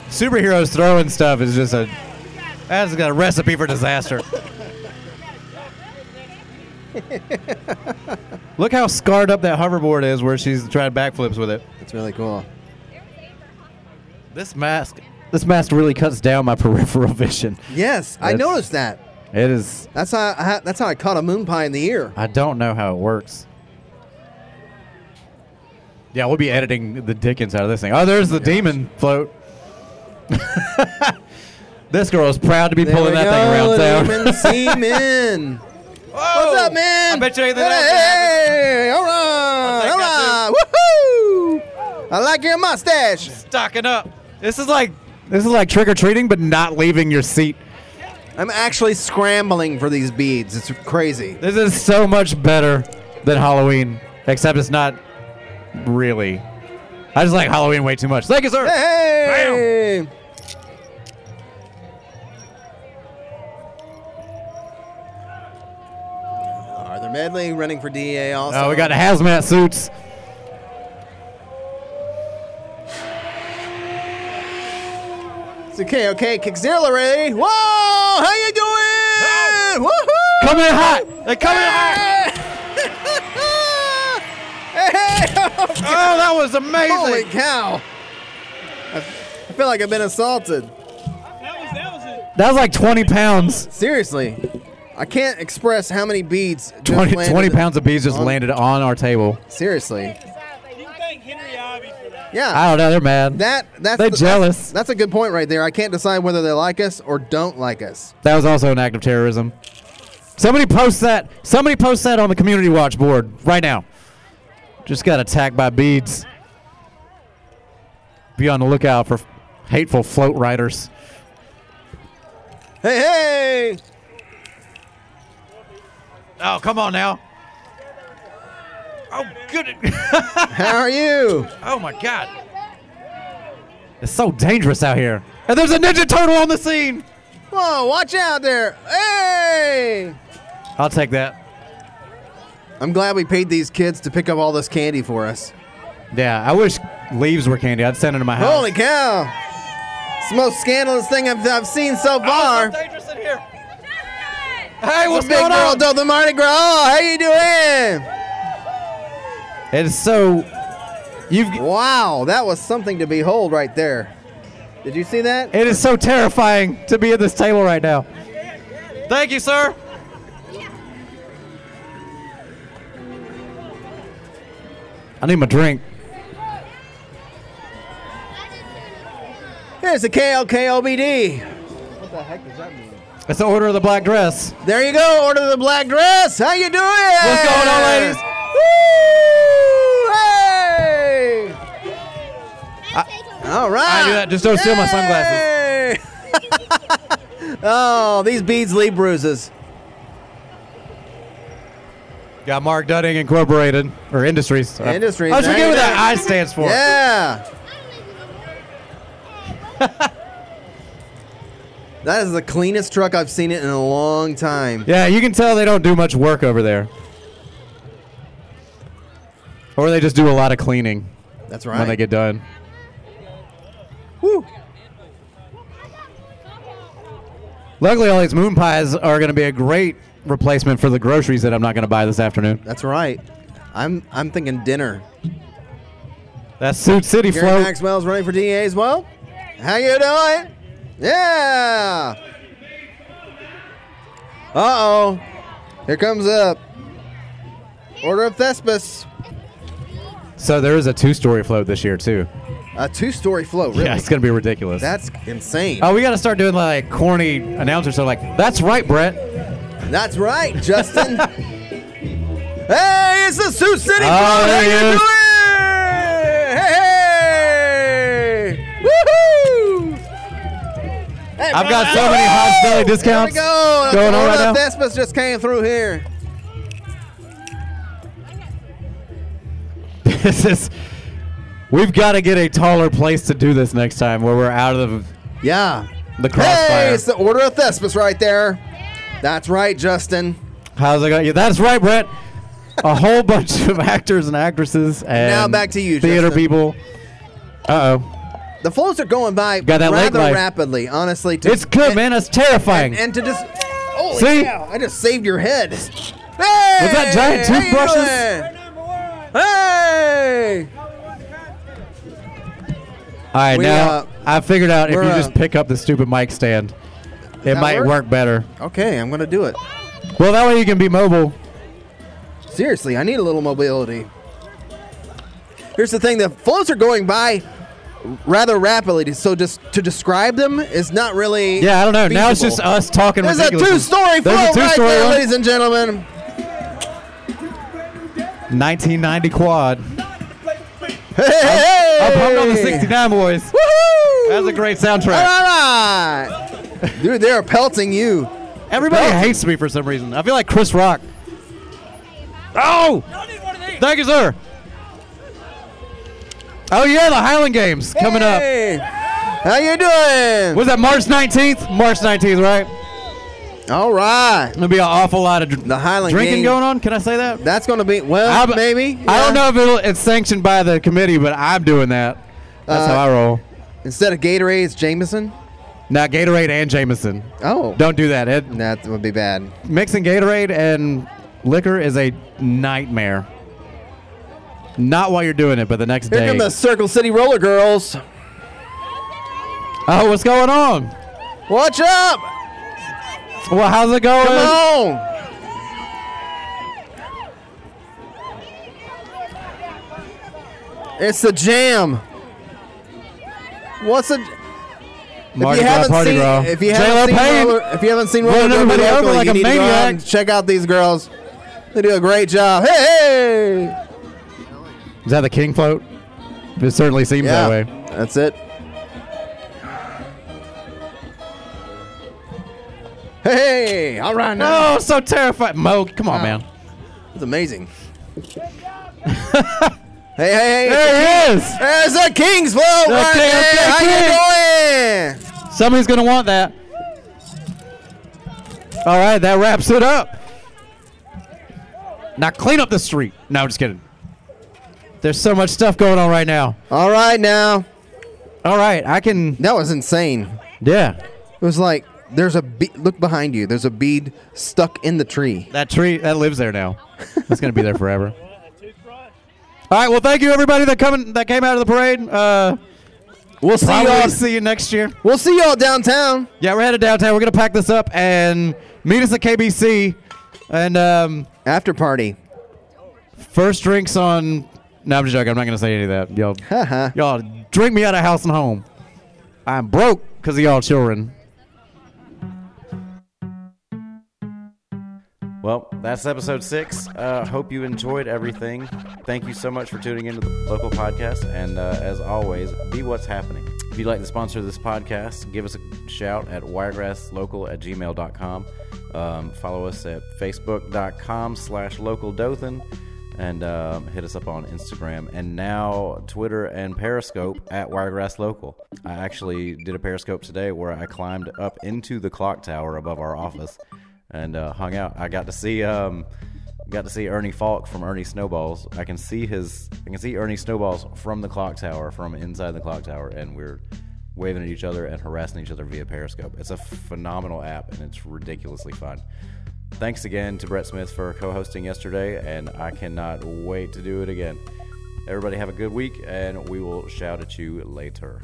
Speaker 1: Superheroes throwing stuff is just a that's got a recipe for
Speaker 2: (laughs)
Speaker 1: disaster. Look how scarred up that hoverboard is where she's trying backflips with it.
Speaker 2: That's really cool.
Speaker 1: This mask this mask really cuts down my (laughs) peripheral vision.
Speaker 2: Yes, I
Speaker 1: That's-
Speaker 2: noticed that.
Speaker 1: It is
Speaker 2: That's how I, that's how I caught a moon pie in the ear.
Speaker 1: I don't know how it works. Yeah, we'll be editing the Dickens out of this thing. Oh, there's the demon float. (laughs) this girl is proud to be
Speaker 2: There
Speaker 1: pulling
Speaker 2: we
Speaker 1: that thing around (laughs) town. (laughs)
Speaker 2: go, Lehman Seaman.
Speaker 1: Whoa!
Speaker 2: What's up, man?
Speaker 1: I bet you anything.
Speaker 2: Hey,
Speaker 1: else that happens. I'll
Speaker 2: all right, all
Speaker 1: take that,
Speaker 2: right, woohoo! I like your mustache.
Speaker 1: stocking up. This is like this is like trick or treating, but not leaving your seat.
Speaker 2: I'm actually scrambling for these beads. It's crazy.
Speaker 1: This is so much better than Halloween, except it's not really. I just like Halloween way too much. Thank you, sir.
Speaker 2: Hey! Uh, Arthur Medley running for DEA also.
Speaker 1: Oh, we got hazmat suits.
Speaker 2: It's okay, okay. Auxiliary. Whoa! How you doing? Woohoo!
Speaker 1: Coming in hot. They coming in hot.
Speaker 2: (laughs) hey!
Speaker 1: Oh, that was amazing.
Speaker 2: Holy cow! I feel like I've been assaulted.
Speaker 1: That was like 20 pounds.
Speaker 2: Seriously, I can't express how many beads. just
Speaker 1: 20,
Speaker 2: landed-
Speaker 1: 20 pounds of bees just
Speaker 2: on-
Speaker 1: landed on our table.
Speaker 2: Seriously,
Speaker 4: You thank Henry Ivy for that.
Speaker 2: yeah.
Speaker 1: I don't know. They're mad.
Speaker 2: that that's
Speaker 1: They're
Speaker 2: the-
Speaker 1: jealous.
Speaker 2: That's, that's a good point right there. I can't decide whether they like us or don't like us.
Speaker 1: That was also an act of terrorism. Somebody post that. Somebody post that on the community watch board right now. Just got attacked by beads. Be on the lookout for hateful float riders.
Speaker 2: Hey, hey!
Speaker 1: Oh, come on now. Oh, good. (laughs)
Speaker 2: How are you?
Speaker 1: oh my God. It's so dangerous out here. And there's a Ninja Turtle on the scene.
Speaker 2: Whoa! Watch out there! Hey!
Speaker 1: I'll take that.
Speaker 2: I'm glad we paid these kids to pick up all this candy for us.
Speaker 1: Yeah, I wish leaves were candy. I'd send it to my house.
Speaker 2: Holy cow! It's the most scandalous thing I've, I've seen so far.
Speaker 1: Hey, what's
Speaker 2: What's big
Speaker 1: going
Speaker 2: girl
Speaker 1: on?
Speaker 2: does the Mardi Gras? Oh, How you doing?
Speaker 1: It's so you've
Speaker 2: Wow, that was something to behold right there. Did you see that?
Speaker 1: it is so terrifying to be at this table right now. Thank you, sir. I need my drink.
Speaker 2: Here's the KLKOBD. What the heck does that mean?
Speaker 1: It's the order of the black dress.
Speaker 2: There you go. Order the black dress. How you doing?
Speaker 1: What's going on, ladies?
Speaker 2: Woo! Hey! All right.
Speaker 1: I do that. Just don't steal my sunglasses.
Speaker 2: Hey! (laughs) oh, these beads leave bruises.
Speaker 1: Got Mark Dudding Incorporated or Industries. Oh, sorry.
Speaker 2: Industries,
Speaker 1: I always
Speaker 2: there
Speaker 1: forget
Speaker 2: you
Speaker 1: what that
Speaker 2: go.
Speaker 1: I stands for.
Speaker 2: Yeah. (laughs) that is the cleanest truck I've seen it in a long time.
Speaker 1: Yeah, you can tell they don't do much work over there. Or they just do a lot of cleaning
Speaker 2: That's right.
Speaker 1: when they get done.
Speaker 2: Woo.
Speaker 1: Luckily, all these moon pies are going to be a great replacement for the groceries that I'm not going to buy this afternoon.
Speaker 2: That's right. I'm I'm thinking dinner.
Speaker 1: That Suit City
Speaker 2: Gary
Speaker 1: float.
Speaker 2: Maxwell's running for DA as well. How you doing? Yeah. Uh oh. Here comes up. Order of Thespis.
Speaker 1: So there is a two-story float this year too.
Speaker 2: A two-story float. Really?
Speaker 1: Yeah, it's going to be ridiculous.
Speaker 2: That's insane.
Speaker 1: oh, we got to start doing like corny announcers. So like, that's right, Brett.
Speaker 2: That's right,
Speaker 1: (laughs)
Speaker 2: Justin. hey, it's the Sioux City
Speaker 1: Oh,
Speaker 2: Club.
Speaker 1: there he is.
Speaker 2: How you doing? Hey, hey. Woohoo! Hey,
Speaker 1: I've
Speaker 2: brother.
Speaker 1: got so many hot deli
Speaker 2: There we
Speaker 1: discounts
Speaker 2: go. That's
Speaker 1: going on
Speaker 2: Order
Speaker 1: right now.
Speaker 2: of Thespis just came through here.
Speaker 1: (laughs) this is. We've got to get a taller place to do this next time, where we're out of
Speaker 2: Yeah.
Speaker 1: the crossfire.
Speaker 2: Hey, it's the Order of Thespis right there. That's right, Justin.
Speaker 1: How's it going? Yeah, that's right, Brett. A whole (laughs) bunch of actors and actresses and
Speaker 2: Now back to you,
Speaker 1: theater
Speaker 2: Justin.
Speaker 1: people. Uh oh,
Speaker 2: The flows are going by
Speaker 1: Got that leg
Speaker 2: rather
Speaker 1: life.
Speaker 2: rapidly, honestly. To,
Speaker 1: it's good,
Speaker 2: and-
Speaker 1: man. That's terrifying.
Speaker 2: And to just. Holy
Speaker 1: See?
Speaker 2: cow, I just saved your head. Hey! With that
Speaker 1: giant toothbrushes?
Speaker 2: Hey!
Speaker 1: All right,
Speaker 2: We,
Speaker 1: now
Speaker 2: uh,
Speaker 1: I figured out if you
Speaker 2: we're, uh,
Speaker 1: just pick up the stupid mic stand, it
Speaker 2: that
Speaker 1: might
Speaker 2: work?
Speaker 1: work? better.
Speaker 2: Okay, I'm gonna do it.
Speaker 1: Well, that way you can be mobile.
Speaker 2: Seriously, I need a little mobility. Here's the thing: the flows are going by rather rapidly, so just to describe them is not really.
Speaker 1: Yeah, I don't know. Now it's
Speaker 2: feasible.
Speaker 1: just us talking.
Speaker 2: There's a
Speaker 1: ridiculous-
Speaker 2: two-story flow
Speaker 1: There's a
Speaker 2: right
Speaker 1: two-story
Speaker 2: there,
Speaker 1: one.
Speaker 2: ladies and gentlemen.
Speaker 1: 1990 quad.
Speaker 2: Hey, hey,
Speaker 1: I'm pumped on the
Speaker 2: hey.
Speaker 1: 69 boys.
Speaker 2: Woohoo!
Speaker 1: That's a great
Speaker 2: All
Speaker 1: soundtrack.
Speaker 2: right, dude, they are pelting you.
Speaker 1: Everybody hates me for some reason. I feel like Chris Rock. Oh! Thank you, sir. Oh yeah, the Highland Games coming up.
Speaker 2: How you doing?
Speaker 1: Was that March 19th? March 19th, right?
Speaker 2: All right.
Speaker 1: There'll be an awful lot of dr-
Speaker 2: The Highland
Speaker 1: drinking
Speaker 2: Game-
Speaker 1: going on. Can I say that?
Speaker 2: That's gonna be well,
Speaker 1: I'm-
Speaker 2: maybe.
Speaker 1: I
Speaker 2: yeah.
Speaker 1: don't know if it'll, it's sanctioned by the committee, but I'm doing that. That's
Speaker 2: Uh,
Speaker 1: how I roll.
Speaker 2: Instead of Gatorade, it's Jameson.
Speaker 1: Now Gatorade and Jameson.
Speaker 2: Oh,
Speaker 1: Don't do that. It,
Speaker 2: that would be bad.
Speaker 1: mixing Gatorade and liquor is a nightmare. Not while you're doing it, but the next
Speaker 2: Here
Speaker 1: day.
Speaker 2: come the Circle City Roller Girls.
Speaker 1: Oh, what's going on?
Speaker 2: Watch up!
Speaker 1: Well, how's it going?
Speaker 2: Come on! It's the jam. What's a
Speaker 1: Mardi
Speaker 2: if you
Speaker 1: Gras
Speaker 2: haven't
Speaker 1: party,
Speaker 2: seen,
Speaker 1: bro.
Speaker 2: if you
Speaker 1: J.Lo
Speaker 2: haven't seen,
Speaker 1: Payne.
Speaker 2: roller, if you haven't seen roller
Speaker 1: Running
Speaker 2: Girl
Speaker 1: everybody
Speaker 2: Maniacal,
Speaker 1: over like
Speaker 2: you
Speaker 1: a
Speaker 2: need to go out and
Speaker 1: maniac.
Speaker 2: check out these girls. They do a great job. Hey, hey.
Speaker 1: Is that the king float? It certainly seems
Speaker 2: yeah,
Speaker 1: that way.
Speaker 2: that's it. Hey, all right now.
Speaker 1: No, Oh, so terrified. Mo, come on, man.
Speaker 2: It's amazing. (laughs) hey, hey, hey.
Speaker 1: There he is.
Speaker 2: There's a King's Flow right
Speaker 1: King,
Speaker 2: there.
Speaker 1: okay,
Speaker 2: How you doing?
Speaker 1: Somebody's gonna want that. All right, that wraps it up. Now clean up the street. No, I'm just kidding. There's so much stuff going on right now.
Speaker 2: All right now.
Speaker 1: All right, I can.
Speaker 2: That was insane.
Speaker 1: Yeah,
Speaker 2: It was like there's a be- look behind you. There's a bead stuck in the tree.
Speaker 1: that tree that lives there now. It's gonna be there forever. All right, well, thank you everybody that coming that came out of the parade. Uh,
Speaker 2: We'll see
Speaker 1: probably
Speaker 2: y'all.
Speaker 1: see you next year.
Speaker 2: We'll see y'all downtown.
Speaker 1: Yeah, we're headed downtown. We're gonna pack this up and meet us at KBC. And um,
Speaker 2: After party.
Speaker 1: First drinks on. No, I'm just joking. I'm not gonna say any of that. Y'all,
Speaker 2: Haha.
Speaker 1: y'all drink me out of house and home. I'm broke because of y'all children.
Speaker 7: Well, that's episode six. Uh, hope you enjoyed everything. Thank you so much for tuning into the local podcast. And uh, as always, be what's happening. If you'd like to sponsor this podcast, give us a shout at wiregrasslocal at gmail.com. Um, follow us at facebook.com slash local Dothan and um, hit us up on Instagram and now Twitter and Periscope at Wiregrass Local. I actually did a Periscope today where I climbed up into the clock tower above our office and uh, hung out. I got to see um, got to see Ernie Falk from Ernie Snowballs. I can see his I can see Ernie Snowballs from the clock tower from inside the clock tower, and we're waving at each other and harassing each other via Periscope. It's a phenomenal app and it's ridiculously fun. Thanks again to Brett Smith for co hosting yesterday, and I cannot wait to do it again. Everybody have a good week, and we will shout at you later.